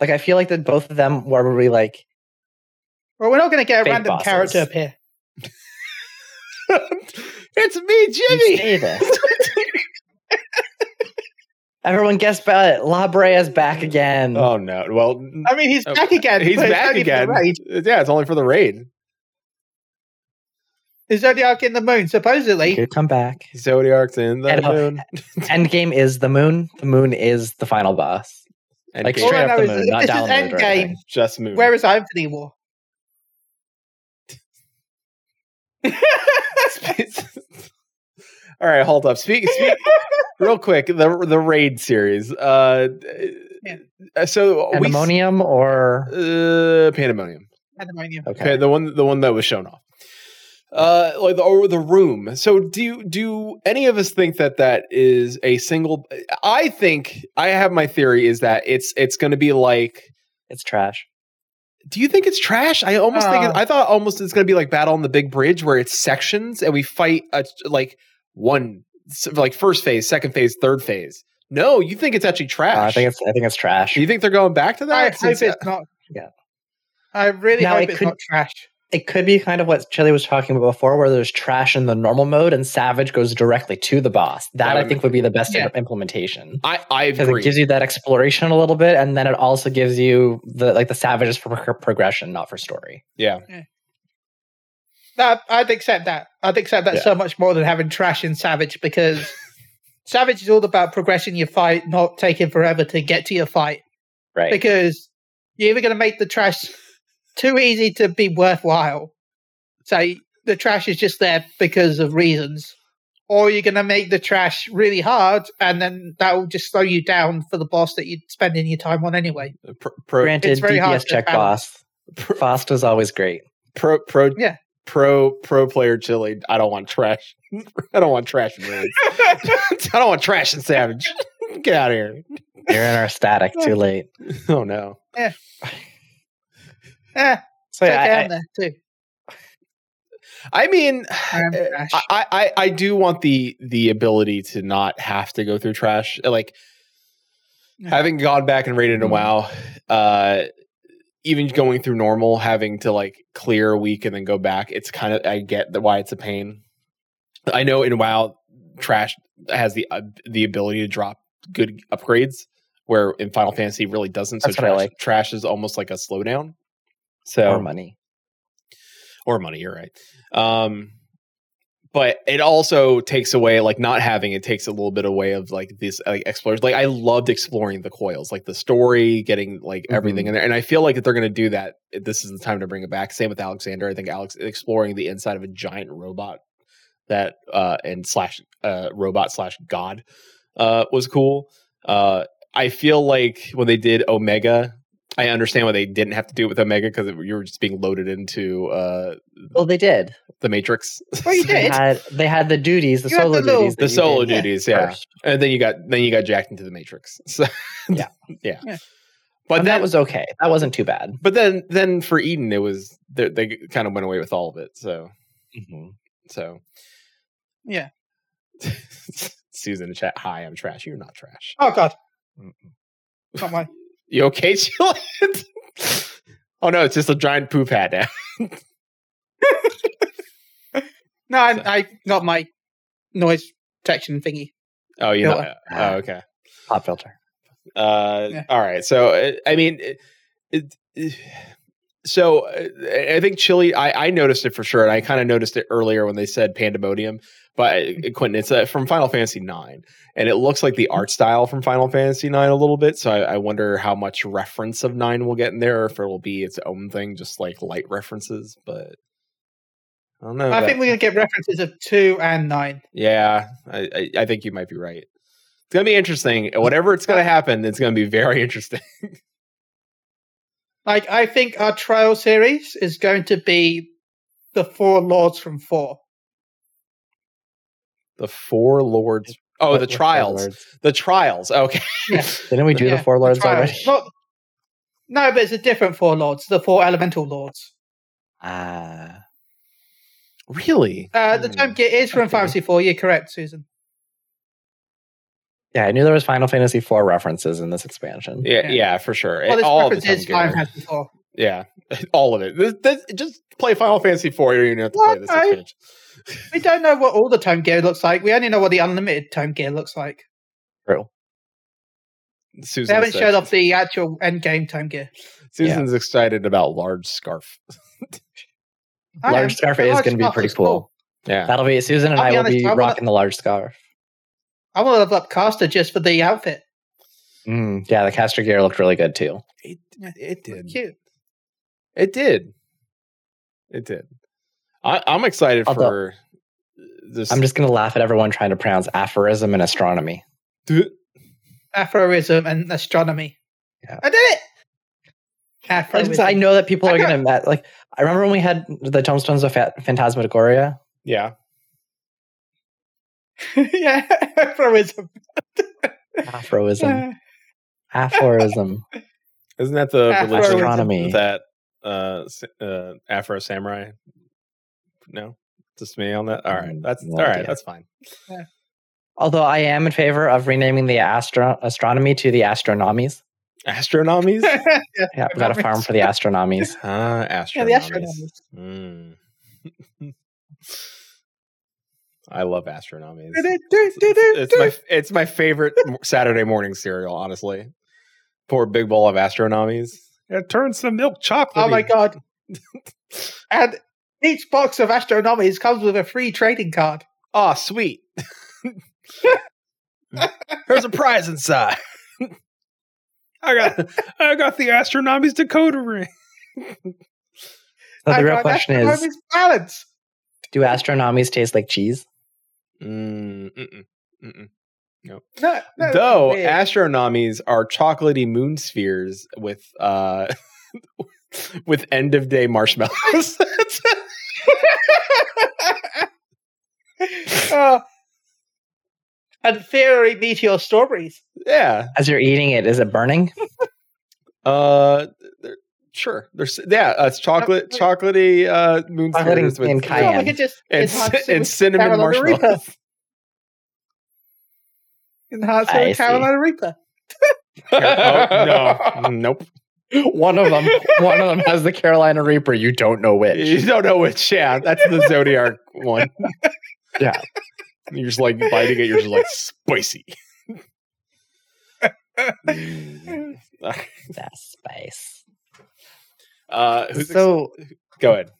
Like I feel like that both of them were really like Well, we're not going to get a Fake random bosses. character up here. it's me, you Jimmy. say this. Everyone guess but La Brea's back again. Oh no! Well, I mean, he's Oh, back again. he's but it's back only for the again. raid. Yeah, it's only for the raid. Is Zodiac in the moon? Supposedly, Could come back. Zodiac's in the And, uh, moon. End game is the moon. The moon is the final boss. And Like Kate All I straight up know the is moon, that not this is download. or Endgame. anything. just moon. where is Anthony War? All right, hold up. Speak, speak real quick. The the raid series. Uh, Yeah. uh, so we s- Pandemonium or uh, pandemonium. Pandemonium. Okay. the one the one that was shown off. Uh, like the, or the room. So do you- do any of us think that that is a single? I think I have my theory is that it's it's going to be like. It's trash. Do you think it's trash? I almost think it, Uh. I thought almost it's going to be like Battle on the Big Bridge where it's sections and we fight a, like one s- like first phase, second phase, third phase. No, you think it's actually trash. No, Uh, I think it's I think it's trash. do you think they're going back to I that? hope Since- uh, it's not. Yeah. I really Now, hope it it's could- not trash. It could be kind of what Chili was talking about before, where there's trash in the normal mode and Savage goes directly to the boss. That That I think would be the best Yeah. im- implementation I I because it agree. gives you that exploration a little bit, and then it also gives you the like the Savage is for pro- progression, not for story. yeah, That I'd accept that. I'd accept that Yeah. so much more than having trash in Savage because Savage is all about progressing your fight, not taking forever to get to your fight. Right. Because you're either going to make the trash too easy to be worthwhile, so the trash is just there because of reasons, or you're going to make the trash really hard, and then that will just slow you down for the boss that you're spending your time on anyway. pro pro Granted, it's very hard DPS to check balance. boss. Fast is always great. pro pro Yeah. pro pro player chili. I don't want trash. I don't want trash. in raids. I don't want trash and savage. Get out of here. You're in our static too late. Oh no. Eh, So take yeah, I- down there too. I mean, I am uh, trash. I, I I- I do want the the ability to not have to go through trash. Like Yeah. having gone back and raided a Mhm. WoW, uh, even going through normal, having to like clear a week and then go back. It's kind of I get the, why it's a pain. I know in WoW, trash has the uh, the ability to drop good upgrades, where in Final Fantasy it really doesn't. So That's what I trash, like. trash is almost like a slowdown. So more money. or money you're right um but it also takes away like not having it takes a little bit away of like this like explorers like i loved exploring the coils like the story getting like everything in there and i feel like if they're going to do that this is the time to bring it back same with alexander i think alex exploring the inside of a giant robot that uh and slash uh robot slash god uh was cool uh i feel like when they did omega i understand why they didn't have to do it with omega because you were just being loaded into uh Well, they did. the Matrix. Well, Oh, you They did. had, they had the duties, the You had solo the little- duties, that the you solo did duties, yeah. first. And then you got then you got jacked into the Matrix. So Yeah. yeah, Yeah. But and then, that was okay. That wasn't too bad. but then then for Eden, it was they, they kind of went away with all of it. So Mm-hmm. so Yeah. Susan in the chat. Hi, I'm trash. You're not trash. oh god, Mm-mm. not mine. You okay, Jillian? oh no, it's just a giant poop hat now. No, I'm, So- I got my noise protection thingy. Oh, you No, know. Oh, okay. Pop filter. Uh, Yeah. all right. So uh, I mean, it, it, so uh, I think Chile, I, I noticed it for sure, and I kind of noticed it earlier when they said Pandemonium. But uh, Mm. Quentin, it's uh, from Final Fantasy IX, and it looks like the art style from Final Fantasy IX a little bit. So I, I wonder how much reference of Nine will get in there, or if it will be its own thing, just like light references. But I don't know. I that- think we're gonna get references of two and nine. yeah, I, I, I think you might be right. It's gonna be interesting. Whatever it's gonna happen, it's gonna be very interesting. Like I think our trial series is going to be the four lords from four. The four lords. Oh, What- the what four trials. lords? The trials. Okay. Yeah. Didn't we do Yeah, the four lords Trials. already? Not- no, but it's a different four lords, the four elemental lords. Ah, Really? Uh, the Hmm. term gear is from okay. Final Fantasy Four. You're correct, Susan. yeah. I knew there was Final Fantasy IV references in this expansion. Yeah, yeah, Yeah. for sure. Well, this all of reference it's is on Final Garen. Fantasy Four. Yeah, all of it. This, this, just play Final Fantasy IV. You don't even have to play What? this I- expansion. We don't know what all the time gear looks like. We only know what the unlimited time gear looks like. True. Susan's, They haven't showed uh, off the actual end game time gear. Susan's excited about large scarf. I large am. scarf The is large going to be scarf pretty looks cool. cool. Yeah, That'll be Susan and I'll i be will honest, be I wanna- rocking the large scarf. I want to level up Caster just for the outfit. Mm, yeah, the caster gear looked really good too. it, it did. Cute. It did. It did. I, I'm excited Although- for this. I'm just going to laugh at everyone trying to pronounce aphorism and astronomy. Afroism and astronomy. Yeah. I did it. Afroism. I know that people I are got- going to met. Like I remember when we had the tombstones of Pha- Phantasmagoria. yeah. yeah, Afroism. Aphorism, aphorism, Isn't that the Afro- religion astronomy. that uh, s- uh, Afro Samurai? No, just me on that. All right, Mm, that's no all right. idea. That's fine. Although I am in favor of renaming the astro- astronomy to the astronomies. Astronomies. yeah, Yeah, we got a farm for the astronomies. Ah, astronomies. the astronomy. Mm. I love astronomies. Do, do, do, do, It's my it's my favorite m- Saturday morning cereal, honestly. Pour a big bowl of astronomies. It turns the milk chocolate. Oh my god! and each box of astronomies comes with a free trading card. Oh, sweet. There's a prize inside. I got I got the astronomies decoder ring. So I Oh, the real got question is: astronomies balance. Do astronomies taste like cheese? Mm, mm-mm, mm-mm. No, no, Though weird. astronomies are chocolatey moon spheres with uh with end of day marshmallows. Oh. and fiery meteor strawberries. yeah. As you're eating it, is it burning? Uh they're- sure. There's yeah, uh, it's chocolate Uh, chocolatey uh moon Chocolate spheres and- and with cayenne. No, we could just and, enhance c- it and with cinnamon Carolina marshmallows. Reaper. Enhance it I with see. Carolina Reaper. oh, no, nope. one of them, one of them has the Carolina Reaper. You don't know You which. don't know which. Yeah, that's the Zodiac one. Yeah. you're just like biting it. You're just like spicy. Mm. That spice. Uh, who's so So go ahead.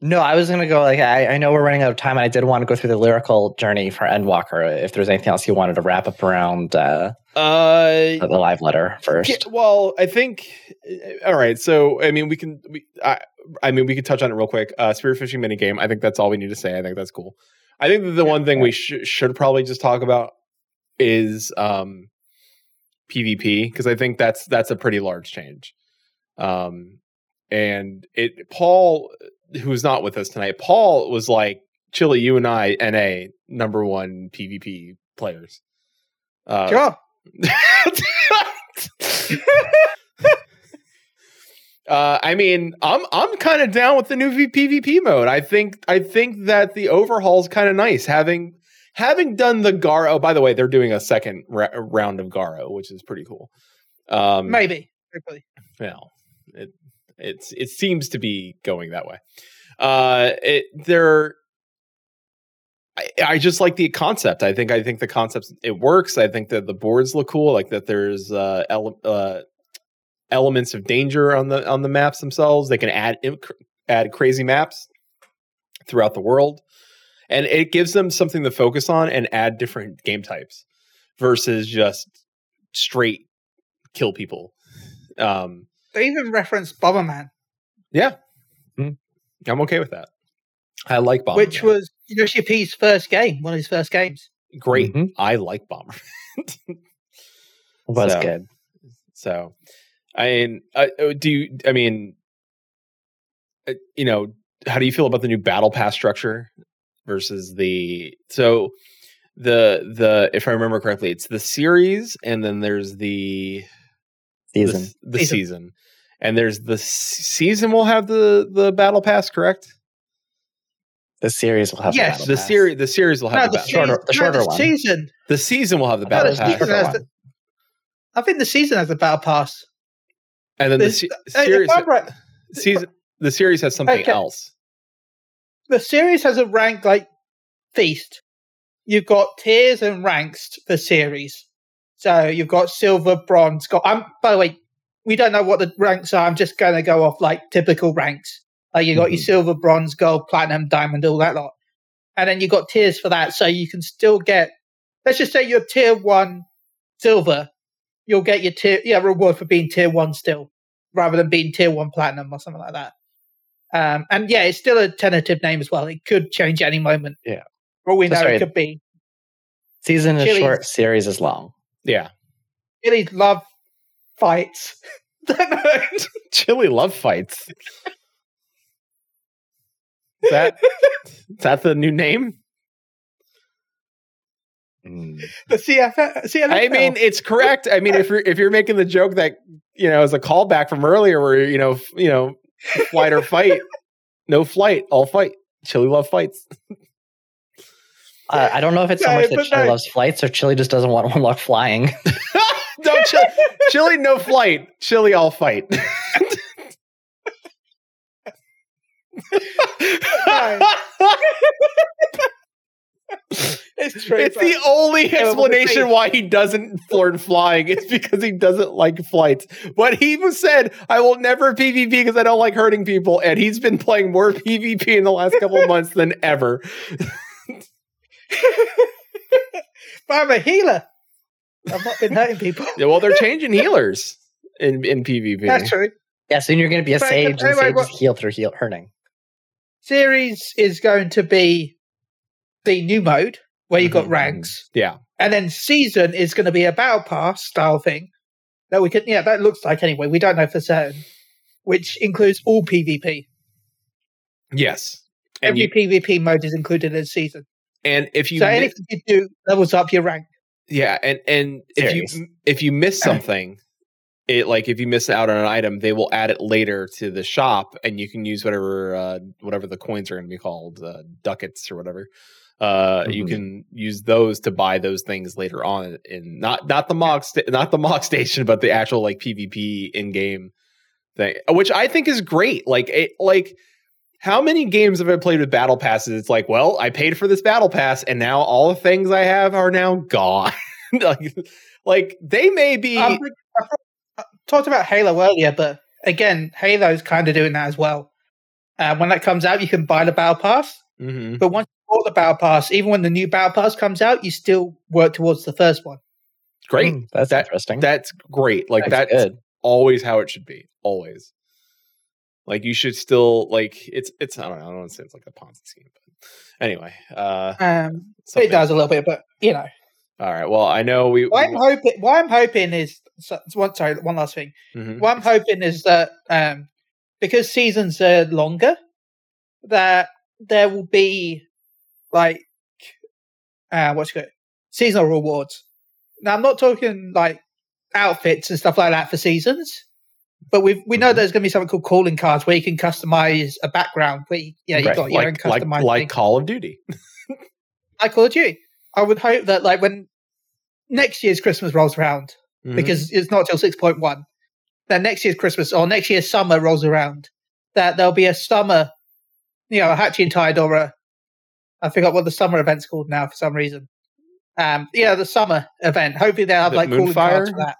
no, I was gonna go like I, I know we're running out of time, and I did want to go through the lyrical journey for Endwalker. If there's anything else you wanted to wrap up around uh, Uh, the live letter first, Yeah, well, I think uh, all right. So I mean, we can. We, I, I mean, we could touch on it real quick. Uh, spearfishing minigame. I think that's all we need to say. I think that's cool. I think that the one thing we sh- should probably just talk about is um, PvP because I think that's that's a pretty large change. Um, and it Paul, who's not with us tonight, Paul was like, "Chili, you and I, na number one PvP players." Oh, Uh, Sure. Uh, I mean, I'm I'm kind of down with the new v- PvP mode. I think I think that the overhaul is kind of nice. Having having done the Garo. By the way, they're doing a second ra- round of Garo, which is pretty cool. Um, Maybe. Hopefully. well, it it's it seems to be going that way. Uh, it there. I, I just like the concept. I think I think the concepts it works. I think that the boards look cool. Like that there's uh, ele- uh elements of danger on the on the maps themselves. They can add inc- add crazy maps throughout the world, and it gives them something to focus on and add different game types versus just straight kill people. Um, They even referenced Bomberman, I'm okay with that. I like bomber, which was Yoshi P's first game, one of his first games. great. Mhm. I like bomber. was So- good. So, I mean, I, uh, do you, I mean, uh, you know, how do you feel about the new battle pass structure versus the so the the if I remember correctly, it's the series and then there's the the Season. s- the Season. season, and there's the s- season will have the the battle pass, correct? The series will have Yes, battle the pass. series the series will have the, the, battle. season- Shorter- the shorter no, the one. season. the season will have the I No, thought battle it was the pass, season shorter has one. the, I think the season has a battle pass. and then the This- se- Hey, if series I'm right, season the series has something Okay. else. the series has a rank like feast. You've got tiers and ranks for series. So you've got silver, bronze, gold. I'm by the way, we don't know what the ranks are. I'm just gonna go off like typical ranks. Like you got your Mhm. silver, bronze, gold, platinum, diamond, all that lot. And then you got tiers for that, so you can still get let's just say you're tier one silver, you'll get your tier yeah, reward for being tier one still, rather than being tier one platinum or something like that. Um, and yeah, it's still a tentative name as well. It could change at any moment. Yeah. For all we So know, sorry. it could be Season is Chili's. short, series is long. Yeah. really love fights. Don't know. Chili love fights. Is that is that the new name? Mm. the CF, CLFL. I mean, it's correct. I mean, if you're if you're making the joke that you know as a callback from earlier, where you know f- you know flight or fight, no flight, all fight. Chili love fights. Uh, I don't know if it's so Yeah, much that but Chili no- loves flights or Chili just doesn't want one luck flying. no chili, chili, no flight. Chili, all fight. it's true. It's but- the only Yeah, well, the explanation thing- why he doesn't learn flying. It's because he doesn't like flights. But he was said, I will never PvP because I don't like hurting people. And he's been playing more PvP in the last couple of months than ever. but I'm a healer. I've not been hurting people. Yeah, well, they're changing healers in, in PvP. That's true. yeah, soon you're going to be a But- sage but and anyway, sages heal through heal hurting. series is going to be the new mode where you've got Mhm. ranks. Mm-hmm, Yeah. And then season is going to be a battle pass style thing that we can, yeah, that looks like anyway. We don't know for certain, which includes all PvP. Yes. And, Every you, PvP mode is included in season. and if you so mi- anything you do levels up your rank. Yeah, and and if Serious. you if you miss something, it like if you miss out on an item, they will add it later to the shop, and you can use whatever uh, whatever the coins are going to be called, uh, ducats or whatever. Uh, You Mhm. can use those to buy those things later on, in not not the mock sta- not the mock station, but the actual like PvP in game thing, which I think is great. Like it like. How many games have I played with battle passes? It's like, well, I paid for this battle pass, and now all the things I have are now gone. like, like they may be Um, I pro- I talked about Halo earlier, but again, Halo's kind of doing that as well. Uh, when that comes out, you can buy the battle pass. Mhm. But once you bought the battle pass, even when the new battle pass comes out, you still work towards the first one. great. Hmm, that's That- mm-hmm. interesting. That's great. Like That's Mm. that's always how it should be. Always. Like you should still like it's it's I don't know, I don't want to say it's like a Ponzi scheme, but anyway. Uh Um, something- it does a little bit, but you know, All right. Well, I know we, what I'm hoping, what I'm hoping is so, one. Sorry, one last thing. Mhm. Mm-hmm. What I'm hoping is that um, because seasons are longer, that there will be like uh, what's good seasonal rewards. Now I'm not talking like outfits and stuff like that for seasons, but we we Mm-hmm. know Mhm. there's going to be something called calling cards where you can customize a background. Where you, yeah, you Right, got your own like like, customized like thing. Call of Duty. like Call of Duty. I would hope that like when next year's Christmas rolls around, Mhm. because it's not till six point one, then next year's Christmas or next year's summer rolls around, that there'll be a summer, you know, a hatching tide or a, I forgot what the summer event's called now for some reason. Um, yeah, the summer event. Hopefully they'll have The like calling cards Moonfire? for that.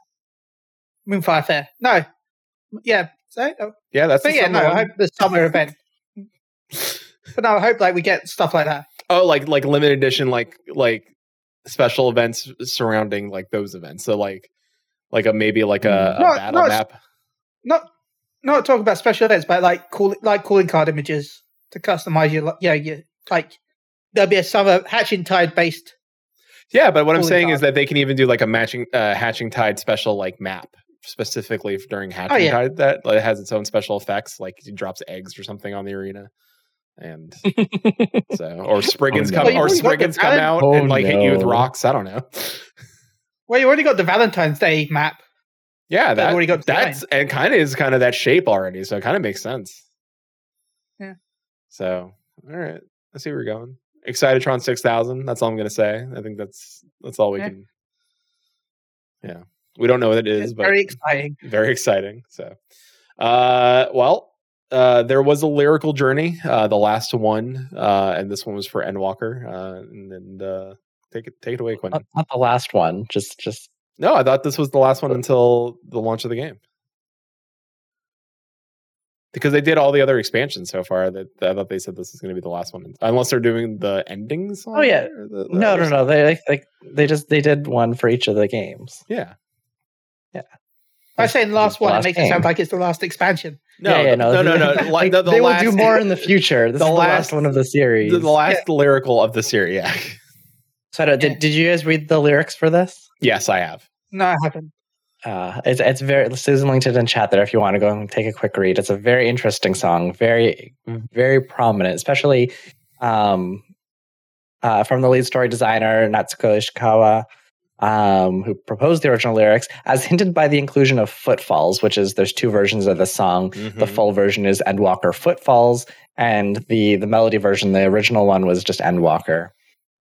Moonfire Fair. No, yeah. So, oh, Yeah, that's but the yeah, summer no, I one. hope the summer event. but no, I hope like we get stuff like that. Oh, like like limited edition, like like special events surrounding like those events. So like like a maybe like a, a Mm. No, battle no, it's- map. Not not talking about special events, but like cool like calling card images to customize your yeah your like there'll be a summer hatching tide based. Yeah, but what I'm Holy saying is God. that they can even do like a matching uh, hatching tide special like map specifically f- during hatching Oh, yeah. tide that like, has its own special effects, like it drops eggs or something on the arena. And so or spriggans Oh, no. come Well, you've or already got the spriggans come talent. out Oh, and like hit you with no. rocks. I don't know. Well, you already got the Valentine's Day map. Yeah, that, already got designed. that's and kind of is kind of that shape already, so it kind of makes sense. Yeah. So, all right, let's see where we're going. Excitatron six thousand. That's all I'm gonna say. I think that's that's all we Yeah. can. Yeah, we don't know what it is, It's but very exciting. very exciting. So, uh, well, uh, there was a lyrical journey, uh, the last one, uh, and this one was for Endwalker. Uh, and then uh, take it take it away, Quentin. Not, not the last one. Just just No, I thought this was the last one until the launch of the game. Because they did all the other expansions so far, that I thought they said this is going to be the last one, unless they're doing the endings. on Oh, yeah. there, or the- the no other no stuff. no. They like, like they just they did one for each of the games. Yeah, I say the last one, Last it makes game. it sound like it's the last expansion. no, yeah, yeah, no, no, no. Like, the, the they last, will do more in the future. This the is the last- last one of the The, series. the last lyrical of the series. Yeah. so I don't, Yeah. did, did you guys read the lyrics for this? yes, I have. No, I haven't. Uh, it's, it's very Susan linked it in chat there if you want to go and take a quick read. It's a very interesting song, very very prominent, especially um, uh, from the lead story designer Natsuko Ishikawa, um, who proposed the original lyrics, as hinted by the inclusion of "Footfalls," which is there's two versions of the song. The Mhm. full version is "Endwalker Footfalls," and the the melody version, the original one, was just "Endwalker."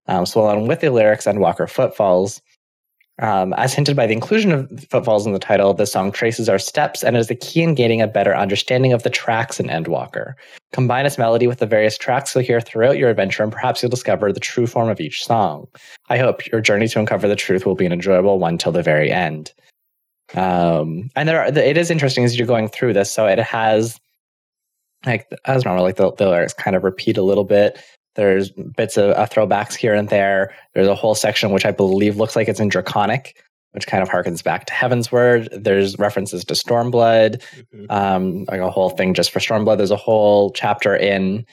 Um, so along with the lyrics "Endwalker Footfalls." Um, as hinted by the inclusion of footfalls in the title, the song traces our steps and is the key in gaining a better understanding of the tracks in Endwalker. Combine its melody with the various tracks you'll hear throughout your adventure, and perhaps you'll discover the true form of each song. I hope your journey to uncover the truth will be an enjoyable one till the very end. Um, and there are, it is interesting as you're going through this. So it has, like, as normal, like the, the lyrics kind of repeat a little bit. There's bits of uh, throwbacks here and there. There's a whole section which I believe looks like it's in Draconic, which kind of harkens back to Heaven's Word. There's references to Stormblood Mhm. um, like a whole thing just for Stormblood. There's a whole chapter in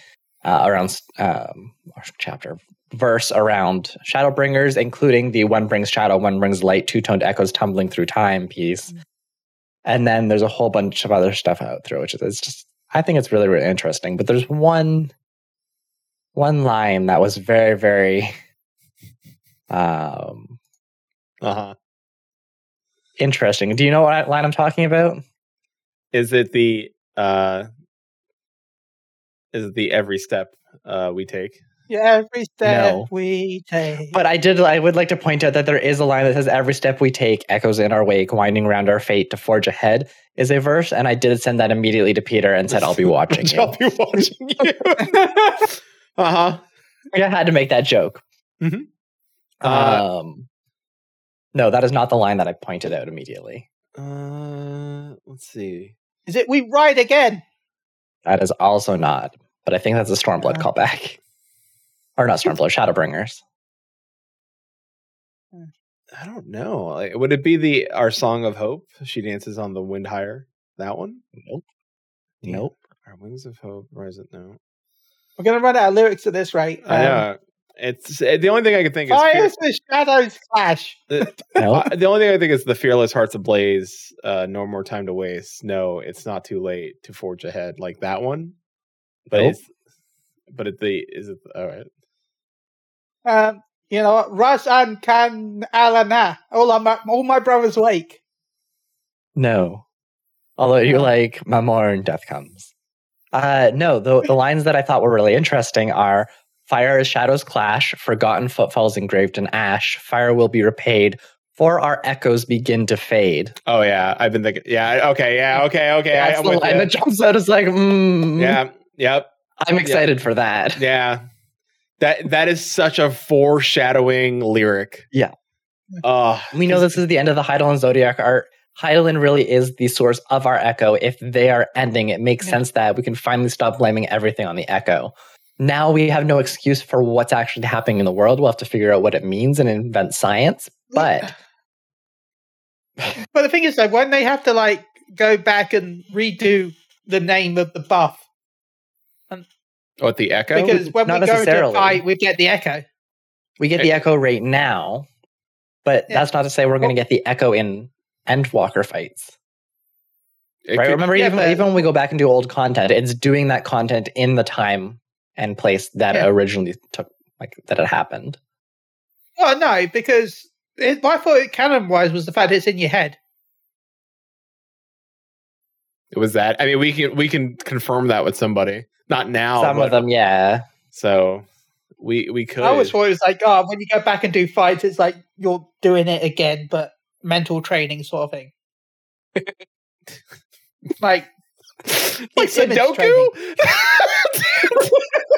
uh, around um, or chapter verse around Shadowbringers, including the one brings shadow, one brings light, two toned echoes tumbling through time piece. And then there's a whole bunch of other stuff out through, which is it's just I think it's really really interesting. But there's one one line that was very very um, Uh-huh. interesting. Do you know what line I'm talking about? Is it the uh, is it the every step uh, we take? Yeah, every step No. we take. But I did. I would like to point out that there is a line that says, "Every step we take echoes in our wake, winding round our fate to forge ahead." Is a verse, and I did send that immediately to Peter and said, "I'll be watching you." I'll be watching you. uh huh. I had to make that joke. Mhm. Uh, Um, no, that is not the line that I pointed out immediately. Uh, let's see. Is it we ride again? That is also not. But I think that's a Stormblood Uh. callback, or not Stormblood, Shadowbringers. I don't know. Like, would it be the our song of hope? She dances on the wind higher. That one? Nope. Yeah. Nope. Our wings of hope. Where is it now? We're gonna run out of lyrics at this Um, rate. I Um, know. It's eh, the only thing I can think is fear- Fires and shadows clash. Nope. I- the only thing I think is the fearless hearts ablaze. Uh, no more time to waste. No, it's not too late to forge ahead. Like that one, but Nope. it's but it the is it all right. Um, you know, what? Russ and Can Alana. All my all my brothers wake. No. Although you like Mamorn Death Comes. Uh no, the the lines that I thought were really interesting are Fire as shadows clash, forgotten footfalls engraved in ash, fire will be repaid, for our echoes begin to fade. Oh yeah, I've been thinking. Yeah, I- okay, yeah, okay, okay. I, That's I'm the with line ya. that jumps out. It's like, mm, Yeah, yep. I'm excited for that. Yeah. That that is such a foreshadowing lyric. Yeah. Uh We know this is the end of the Heidel and Zodiac art. Hyland really is the source of our echo. If they are ending, it makes Yeah. sense that we can finally stop blaming everything on the echo. Now we have no excuse for what's actually happening in the world. We'll have to figure out what it means and invent science. But But the thing is, though, won't they have to like go back and redo the name of the buff? What the echo? Because when not we go to a necessarily. fight, we get the echo. we get the echo right now. But Yeah. that's not to say we're going to get the echo in Endwalker fights. It right? could- Remember, Yeah, even, but- even when we go back and do old content, it's doing that content in the time and place that Yeah. originally took, like that it happened. Oh no, because it, what I thought it canon wise was the fact it's in your head. it was that. I mean, we can we can confirm that with somebody. Not now. Some but- of them, yeah. So we we could. I always thought it was like, oh, when you go back and do fights, it's like you're doing it again, but mental training sort of thing. like like It's image Sudoku. training.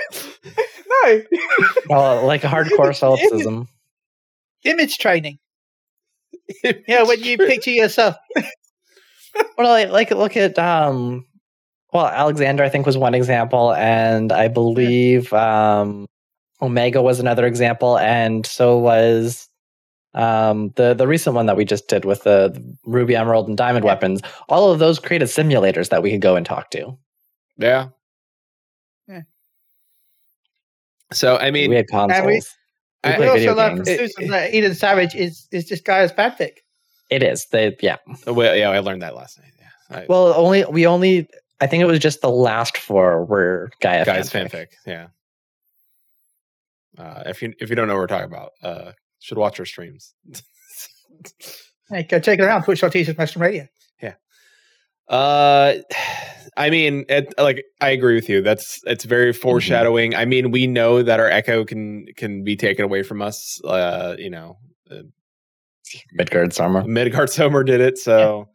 no Well, like hardcore solipsism. image training. Yeah, when you picture yourself. Well, like, like look at um, well, Alexander I think was one example, and I believe um, Omega was another example, and so was um the the recent one that we just did with the, ruby emerald and diamond Yeah. weapons all of those created simulators that we could go and talk to yeah. Yeah. So I mean, we had consoles we I- play I also video love games. Susan that Eden Savage is is this guy's fanfic. it is they yeah well, yeah, I learned that last night. Yeah. I- well only we only i think it was just the last four were gaia guys, fanfic. fanfic. Yeah. Uh, if you if you don't know what we're talking about, uh, should watch our streams. Hey, go check it out. Twitch.tv slash Western Radio. Uh, I mean, it, like I agree with you. That's it's very foreshadowing. I mean, we know that our echo can can be taken away from us. Uh, you know, midgard summer Midgard Somer did it. So,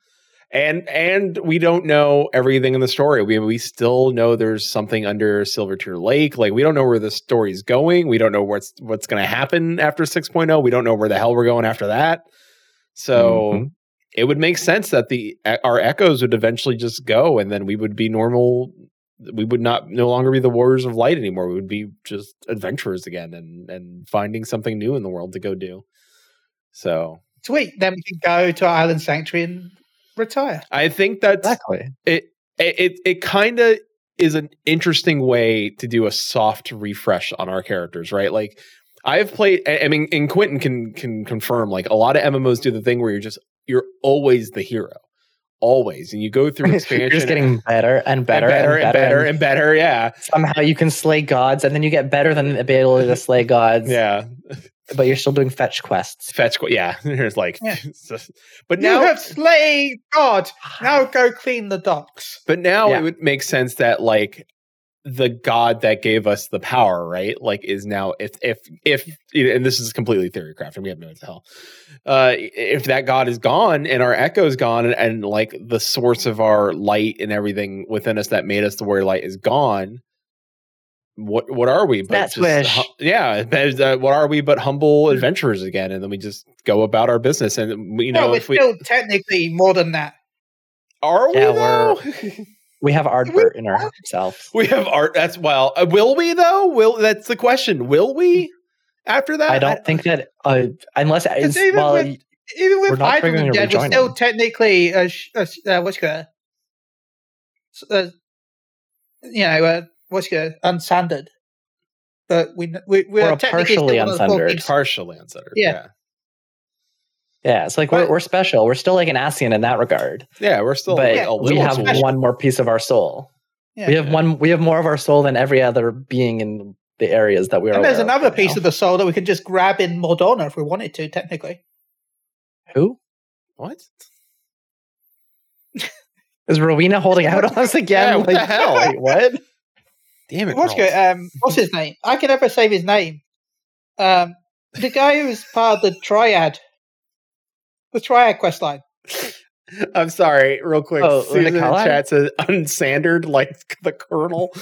and and we don't know everything in the story. We we still know there's something under Silver Tear Lake. Like we don't know where the story's going. We don't know what's what's going to happen after 6.0. We don't know where the hell we're going after that. So. Mhm. It would make sense that the e, our echoes would eventually just go, and then we would be normal. We would not no longer be the warriors of light anymore. We would be just adventurers again, and and finding something new in the world to go do. So Sweet. Then we can go to our island sanctuary and retire. I think that's exactly it. It, it kind of is an interesting way to do a soft refresh on our characters, right? Like I've played. I I mean, and Quentin can can confirm. Like a lot of MMOs do the thing where you're just you're always the hero, always, and you go through expansion. You're just getting better and and better and better, and better and better. Yeah, somehow you can slay gods, and then you get better than the ability to slay gods. yeah. but you're still doing fetch quests. Fetch. qu- Yeah, there's like, Yeah. but you now have slain God. Now go clean the docks. But now Yeah. it would make sense that like the god that gave us the power, right? Like is now if if if and this is completely theorycraft and we have no tell. Uh if that god is gone and our echo is gone and, and like the source of our light and everything within us that made us the warrior light is gone, what what are we That's wish. Mm-hmm. hu- yeah, but, uh, what are we but humble adventurers again and then we just go about our business and you know well, we're if we still technically more than that. are we Yeah, though? We have Ardbert in ourselves. We have art. That's well. Uh, will we though? Will that's the question? Will we after that? I don't think that uh, unless it's, even well, with- Even We're with not Idol triggering and a Dead, we're rejoining. still technically a, sh- a, sh- uh, what's good. Uh, you know, uh, what's good unsandered. But we we we We're are technically still partially one of the four unsandered. kings. partially uncentered. Yeah. yeah, yeah, it's like But- we're, we're special. We're still like an Asian in that regard, Yeah, We're still but like, a we little have tool. one more piece of our soul. Yeah. We have one. We have more of our soul than every other being in the areas that we are. And there's aware another of right piece now. of the soul that we can just grab in Mordona if we wanted to, technically. who What? is Rowena holding out on us again? Yeah, what the hell? Wait, what? Damn it! What's Rolf. good? Um, what's his name? I can never save his name. Um, the guy who was part of the triad, the triad quest line. I'm sorry. Real quick, Oh, Susan in the Nikolai? chat says unsandered like the colonel.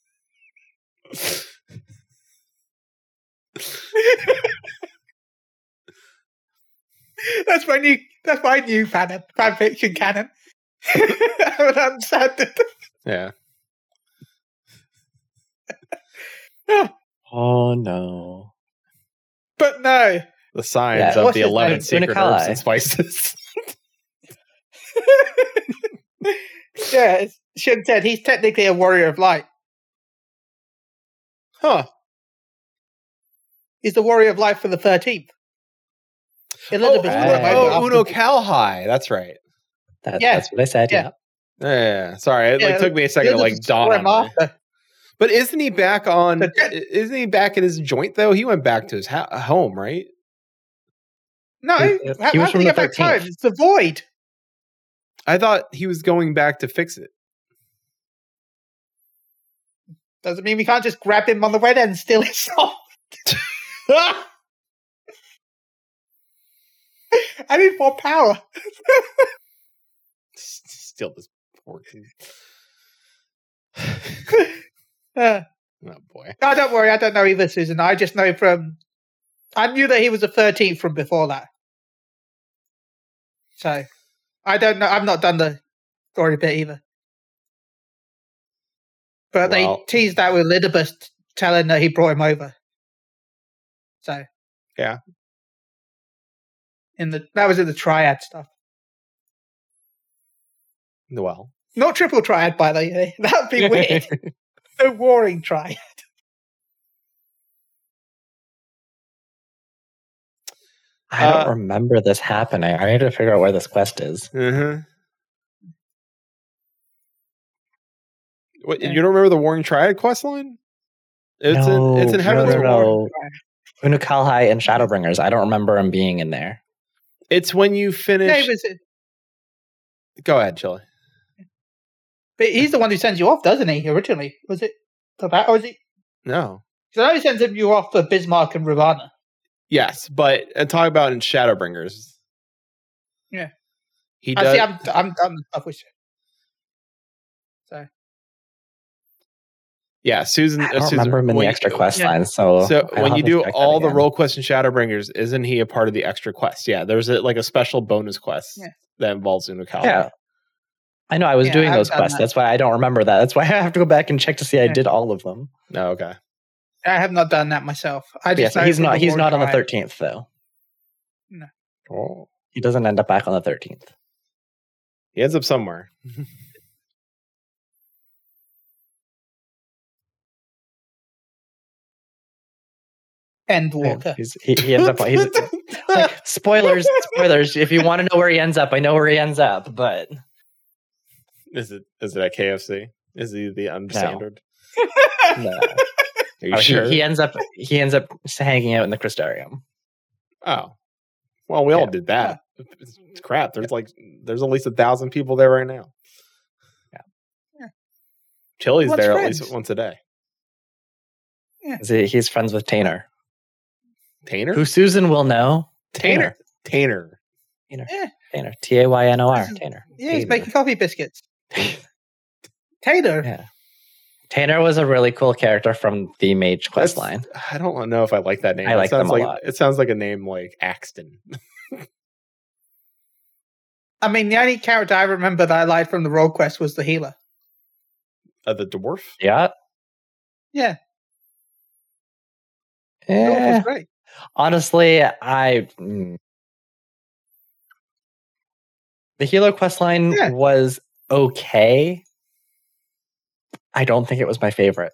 That's my new. That's my new fan fan fiction canon. I'm sad. Yeah. Oh no. But no, The signs Yeah. of What's the his name? 11 secret Unicali. herbs and spices. yeah, it's Shin said he's technically a warrior of light. huh. He's the warrior of light for the thirteenth. Oh, Elizabeth. Uno- Warren oh, after- Uno Cal High. That's right. That, Yeah. That's what I said. Yeah. Yeah. Yeah, yeah, yeah. sorry. It like Yeah, took me a second to like Elizabeth dawn Warren on me. after. But isn't he back on? But that- Isn't he back at his joint though? He went back to his ho home, right? No, He- he how, was how did from he the get back 13th. home? It's the void. I thought he was going back to fix it. Doesn't mean we can't just grab him on the red end. Still, it's not. I need more power. Still this poor kid. Uh, Oh boy. no, don't worry. I don't know either, Susan. I just know from. I knew that he was a 13th from before that. So, I don't know. I've not done the story bit either. But Well- they teased that with Lidibus telling that he brought him over. So. Yeah. In the that was in the triad stuff, Well, not triple triad by the way. That'd be weird. the warring triad. I don't Uh, remember this happening. I need to figure out where this quest is. uh-huh. What, Yeah. you don't remember the Warring Triad quest line? It's no, in it's in Heaven's no, War. no, no. Unu Kalhai and Shadowbringers. I don't remember him being in there. It's when you finish. No, it was- Go ahead, Chili. But he's the one who sends you off, doesn't he? Originally, was it for that, or was it? No. Because I know he sends you off for Bismarck and Ravana. Yes, but uh, talk about in Shadowbringers. Yeah. He I Oh, does. see. I'm I'm done. I wish. yeah, Susan. I uh, don't Susan, remember him in when the you- extra quest yeah. lines. So, So I'll when have you to do check that all the again. role quests in Shadowbringers, isn't he a part of the extra quest? Yeah, there's a, like a special bonus quest Yeah. that involves Unocal. yeah. Oh, I know I was Yeah, doing I've those done quests. that. That's why I don't remember that. That's why I have to go back and check to see I Yeah. did all of them. No, Oh, okay. I have not done that myself. I Yeah, just so know he's from not. He's War not on the Triad. thirteenth though. Oh. He doesn't end up back on the thirteenth. He ends up somewhere. Endwalker. He's, he, he ends up. He's, like, spoilers, spoilers. If you want to know where he ends up, I know where he ends up. But Is it is it at KFC? Is he the understandard? no. Are you Oh, he- sure? he, ends up. He ends up hanging out in the Crystarium. oh. Well, we all Yeah. did that. It's crap. There's like there's at least a thousand people there right now. Yeah. Yeah. Chili's What's there at friends? least once a day. Is he- He's friends with Tainer, Tainer? who Susan will know. Tainer? Tainer. Tainer, T A Y N O R. Tainer. Yeah, he's Tainer. making coffee biscuits. Taylor. Yeah. Tainer was a really cool character from the Mage quest That's- line. I don't know if I like that name. I It like them sounds a like lot. it sounds like a name like Axton. I mean, the only character I remember that I liked from the role quest was the healer. Uh, the dwarf? Yeah. Yeah. That was Yeah. great. Eh, Honestly, I mm. the Hilo quest line Yeah. was okay. I don't think it was my favorite.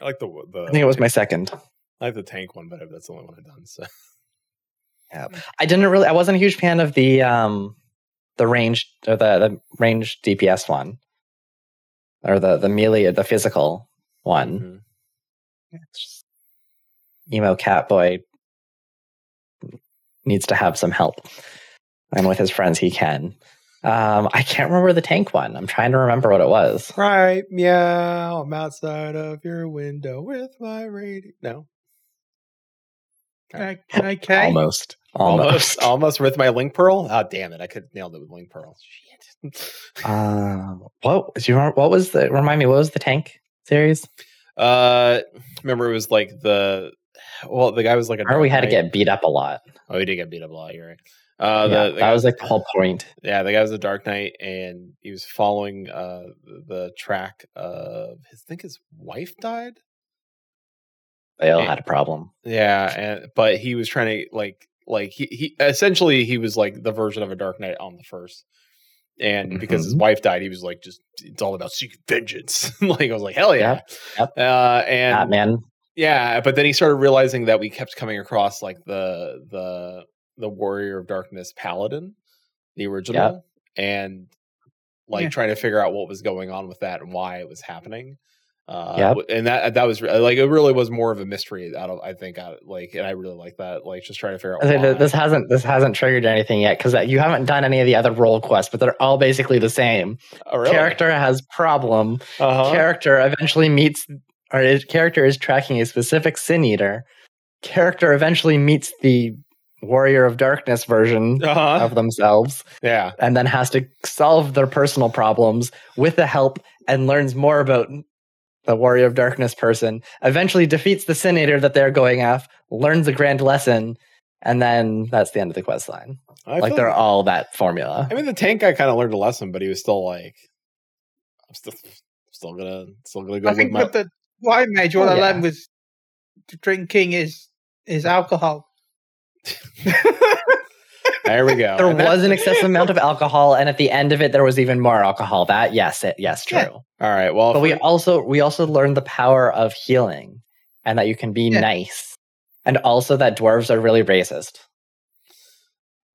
I like the the I think it was my second. I like the tank one better, but that's the only one I've done. So I didn't really. I wasn't a huge fan of the um the range or the the range DPS one or the the melee the physical one. Mhm. It's just- emo cat boy needs to have some help and with his friends he can um i can't remember the tank one i'm trying to remember what it was Right, meow, I'm outside of your window with my radio. No. Uh, Okay. almost almost, Almost, almost with my link pearl. Oh damn it. I could have nailed it with link pearl. Shit. Um, what do you remember what was the remind me what was the tank series uh remember it was like the well, the guy was like a. Or we had to knight. get beat up a lot. Oh, he did get beat up a lot. You're right. Uh, Yeah, the, the that guy, was like the whole point. yeah, the guy was a Dark Knight, and he was following uh, the track of. I think his wife died. They all Yeah. had a problem. Yeah, and but he was trying to like like he, he essentially he was like the version of a Dark Knight on the first. And because Mm-hmm. his wife died, he was like, just it's all about seeking vengeance. like I was like, hell yeah. Yep, Uh and Batman. yeah, but then he started realizing that we kept coming across like the the the Warrior of Darkness Paladin, the original, and like Yeah. trying to figure out what was going on with that and why it was happening. Uh, Yep. w- and that that was re- like it really was more of a mystery out of I think out like and I really like that like just trying to figure out I think why. that this hasn't this hasn't triggered anything yet because you haven't done any of the other role quests, but they're all basically the same. Oh, really? Character has problem. Uh-huh. Character eventually meets or is, character is tracking a specific sin eater. Character eventually meets the warrior of darkness version Uh-huh. of themselves, yeah, and then has to solve their personal problems with the help and learns more about the warrior of darkness person. Eventually defeats the sin eater that they're going af, learns a grand lesson, and then that's the end of the quest line I like feel- they're all that formula. I mean, the tank guy kind of learned a lesson, but he was still like, I'm still still gonna still gonna go I with think my with the wine mage, all Oh, I yeah. learned was drinking is is alcohol. there we go. There And that- was an excessive amount of alcohol, and at the end of it, there was even more alcohol. That yes, it, yes, true. Yeah. all right. Well, But if we also we also learned the power of healing, and that you can be Yeah. nice, and also that dwarves are really racist.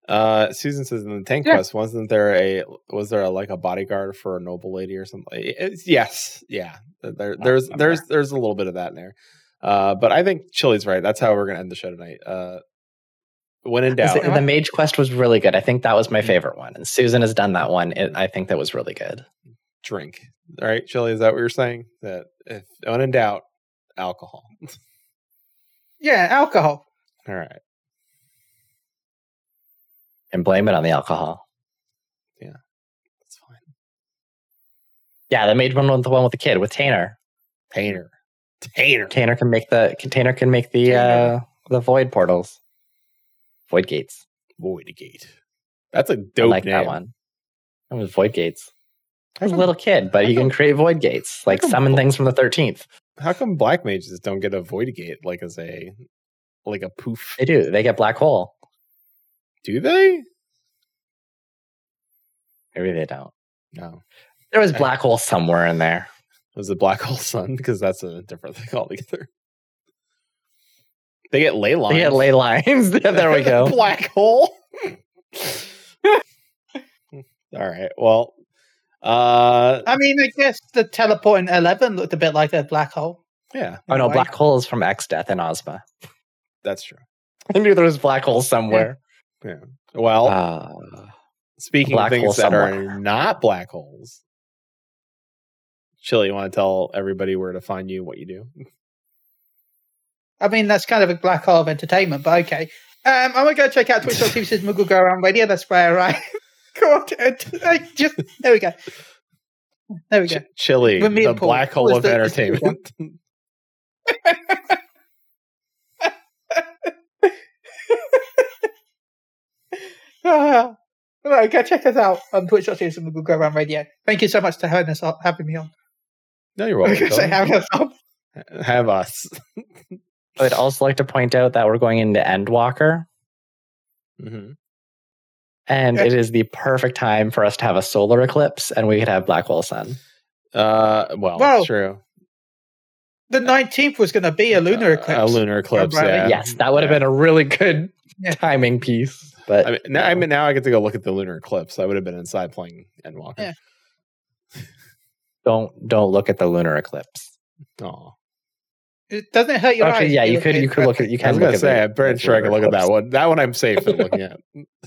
Uh, Susan says in the tank Yeah. quest, wasn't there a was there a, like a bodyguard for a noble lady or something? It- it's- yes, yeah. There, there's remember. there's there's a little bit of that in there. Uh, but I think Chili's right. That's how we're gonna end the show tonight. Uh, when in doubt, The, the mage quest was really good. I think that was my Mm-hmm. favorite one, and Susan has done that one. It, I think that was really good. drink. All right, Chili, is that what you're saying? That if when in doubt, alcohol. Yeah, alcohol. All right, And blame it on the alcohol. that's fine. Yeah, the mage one was the one with the kid with Tanner. Tainer, Tainer. Tanner can make the Tanner can make the uh, Tanner. the void portals, void gates. Void gate. That's a I dope like name. that one. That was void gates. I was a How come, little kid, but you can create void gates, like come- summon things from the thirteenth. how come black mages don't get a void gate like as a like a poof? They do. They get black hole. Do they? Maybe they don't. No. There was Okay. black hole somewhere in there. It was the black hole sun because that's a different thing altogether. They get ley lines. They get ley lines. Yeah, there we go. black hole. All right. Well, uh, I mean, I guess the teleporting eleven looked a bit like a black hole. yeah, Oh no, Why- black hole is from X Death and Ozma. that's true. I knew there was black hole somewhere. Well, Uh, speaking of black hole things that somewhere. are not black holes, Chili, you want to tell everybody where to find you, what you do? I mean, that's kind of a black hole of entertainment, but okay. Um, I'm gonna go check out twitch.tv says Muggle Go Around Radio. That's where I got it. I just there we go. There we go. Ch- Chili, With me the and Paul. black hole Was of the- entertainment. Ah. Right, go check us out on twitch.tv says Muggle Go Around Radio. Thank you so much for having us on, having me on. no, you're I welcome. was gonna say Chili. having us on. Have us. I'd also like to point out that we're going into Endwalker, Mm-hmm. Mhm. and it is the perfect time for us to have a solar eclipse, and we could have black hole sun. Uh, well, Well, true. The nineteenth was gonna be a lunar Uh, eclipse. A lunar eclipse. Bradley? Yeah. Yes, that would have Yeah. been a really good Yeah. timing piece. But I mean, now, I mean, now I get to go look at the lunar eclipse. I would have been inside playing Endwalker. Yeah. don't don't look at the lunar eclipse. Aw. It doesn't it hurt your Actually, eyes. yeah, you Look could at you it. could look at you I was can look gonna at say, the- I'm pretty the sure I can lunar look at that eclipse. one. That one I'm safe from looking at.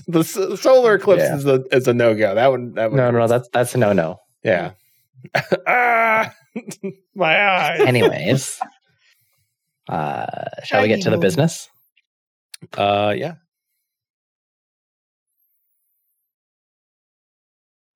The s- solar eclipse Yeah. is a is a no go. That one. That one. No, no, no, that's that's a no no. yeah. ah, my eyes. Anyways, uh, shall we get to the Shiny. business? Uh, yeah.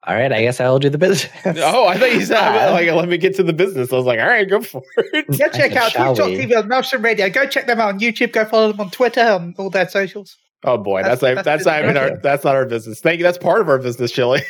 All right, I guess I'll do the business. Oh, I thought you said like let me get to the business. I was like, all right, go for it. Go I check said, out "Shall Deep Talk we?" TV on Maelstrom Radio. Go check them out on YouTube. Go follow them on Twitter and all their socials. Oh boy, that's like That's- that's that's not even our business. that's not our business. Thank you. That's part of our business, Chili.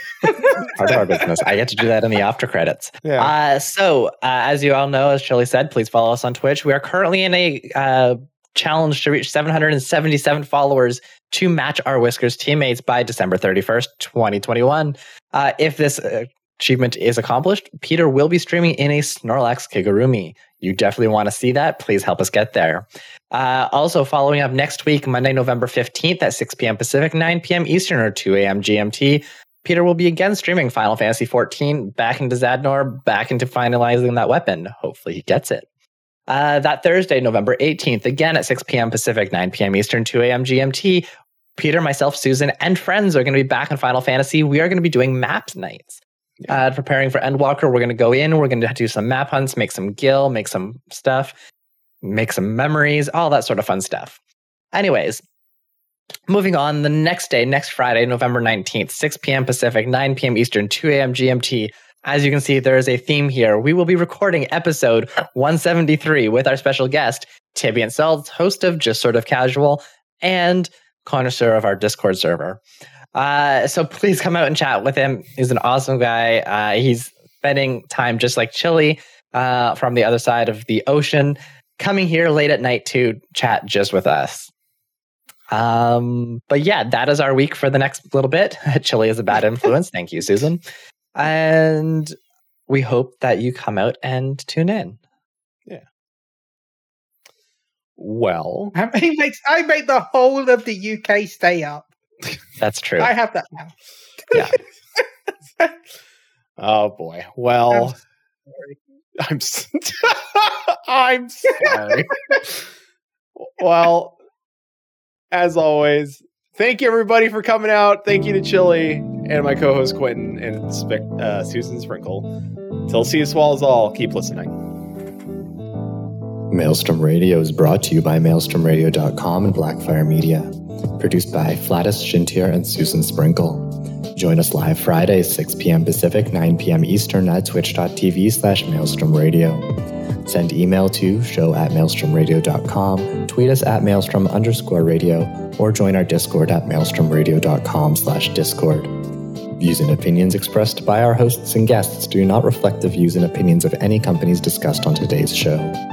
part of our business. I get to do that in the after credits. Yeah. Uh, so, uh, as you all know, as Shirley said, please follow us on Twitch. We are currently in a uh, challenge to reach 777 followers to match our Whiskers teammates by December 31st, 2021. Uh, if this uh, achievement is accomplished, Peter will be streaming in a Snorlax Kigurumi. You definitely want to see that. Please help us get there. Uh, also, following up next week, Monday, November 15th at 6 p.m. Pacific, 9 p.m. Eastern, or 2 a.m. GMT. Peter will be again streaming Final Fantasy XIV back into Zadnor, back into finalizing that weapon. Hopefully, he gets it. Uh, that Thursday, November 18th, again at 6 p.m. Pacific, 9 p.m. Eastern, 2 a.m. GMT, Peter, myself, Susan, and friends are going to be back in Final Fantasy. We are going to be doing map nights. Uh, preparing for Endwalker, we're going to go in, we're going to do some map hunts, make some gill, make some stuff, make some memories, all that sort of fun stuff. Anyways, Moving on, the next day, next Friday, November 19th, 6 p.m. Pacific, 9 p.m. Eastern, 2 a.m. GMT. As you can see, there is a theme here. We will be recording episode 173 with our special guest, Tibby and Selds, host of Just Sort of Casual and connoisseur of our Discord server. Uh, so please come out and chat with him. He's an awesome guy. Uh, he's spending time just like Chili uh, from the other side of the ocean, coming here late at night to chat just with us. Um, but yeah, that is our week for the next little bit. Chili is a bad influence. Thank you, Susan. And we hope that you come out and tune in. well, I mean, makes, I make the whole of the UK stay up. That's true. I have that now. oh boy. Well, I'm s- I'm sorry. well, as always, thank you everybody for coming out. Thank you to Chili and my co-host Quentin and Spec uh, Susan Sprinkle. Till sea swallows all. Keep listening. Maelstrom Radio is brought to you by maelstromradio.com and Blackfire Media. Produced by Flatus Shintier and Susan Sprinkle. Join us live Friday, 6 p.m. Pacific, 9 p.m. Eastern at twitch.tv slash maelstrom radio. Send email to show at maelstromradio.com, tweet us at maelstrom underscore radio, or join our Discord at maelstromradio.com slash discord. Views and opinions expressed by our hosts and guests do not reflect the views and opinions of any companies discussed on today's show.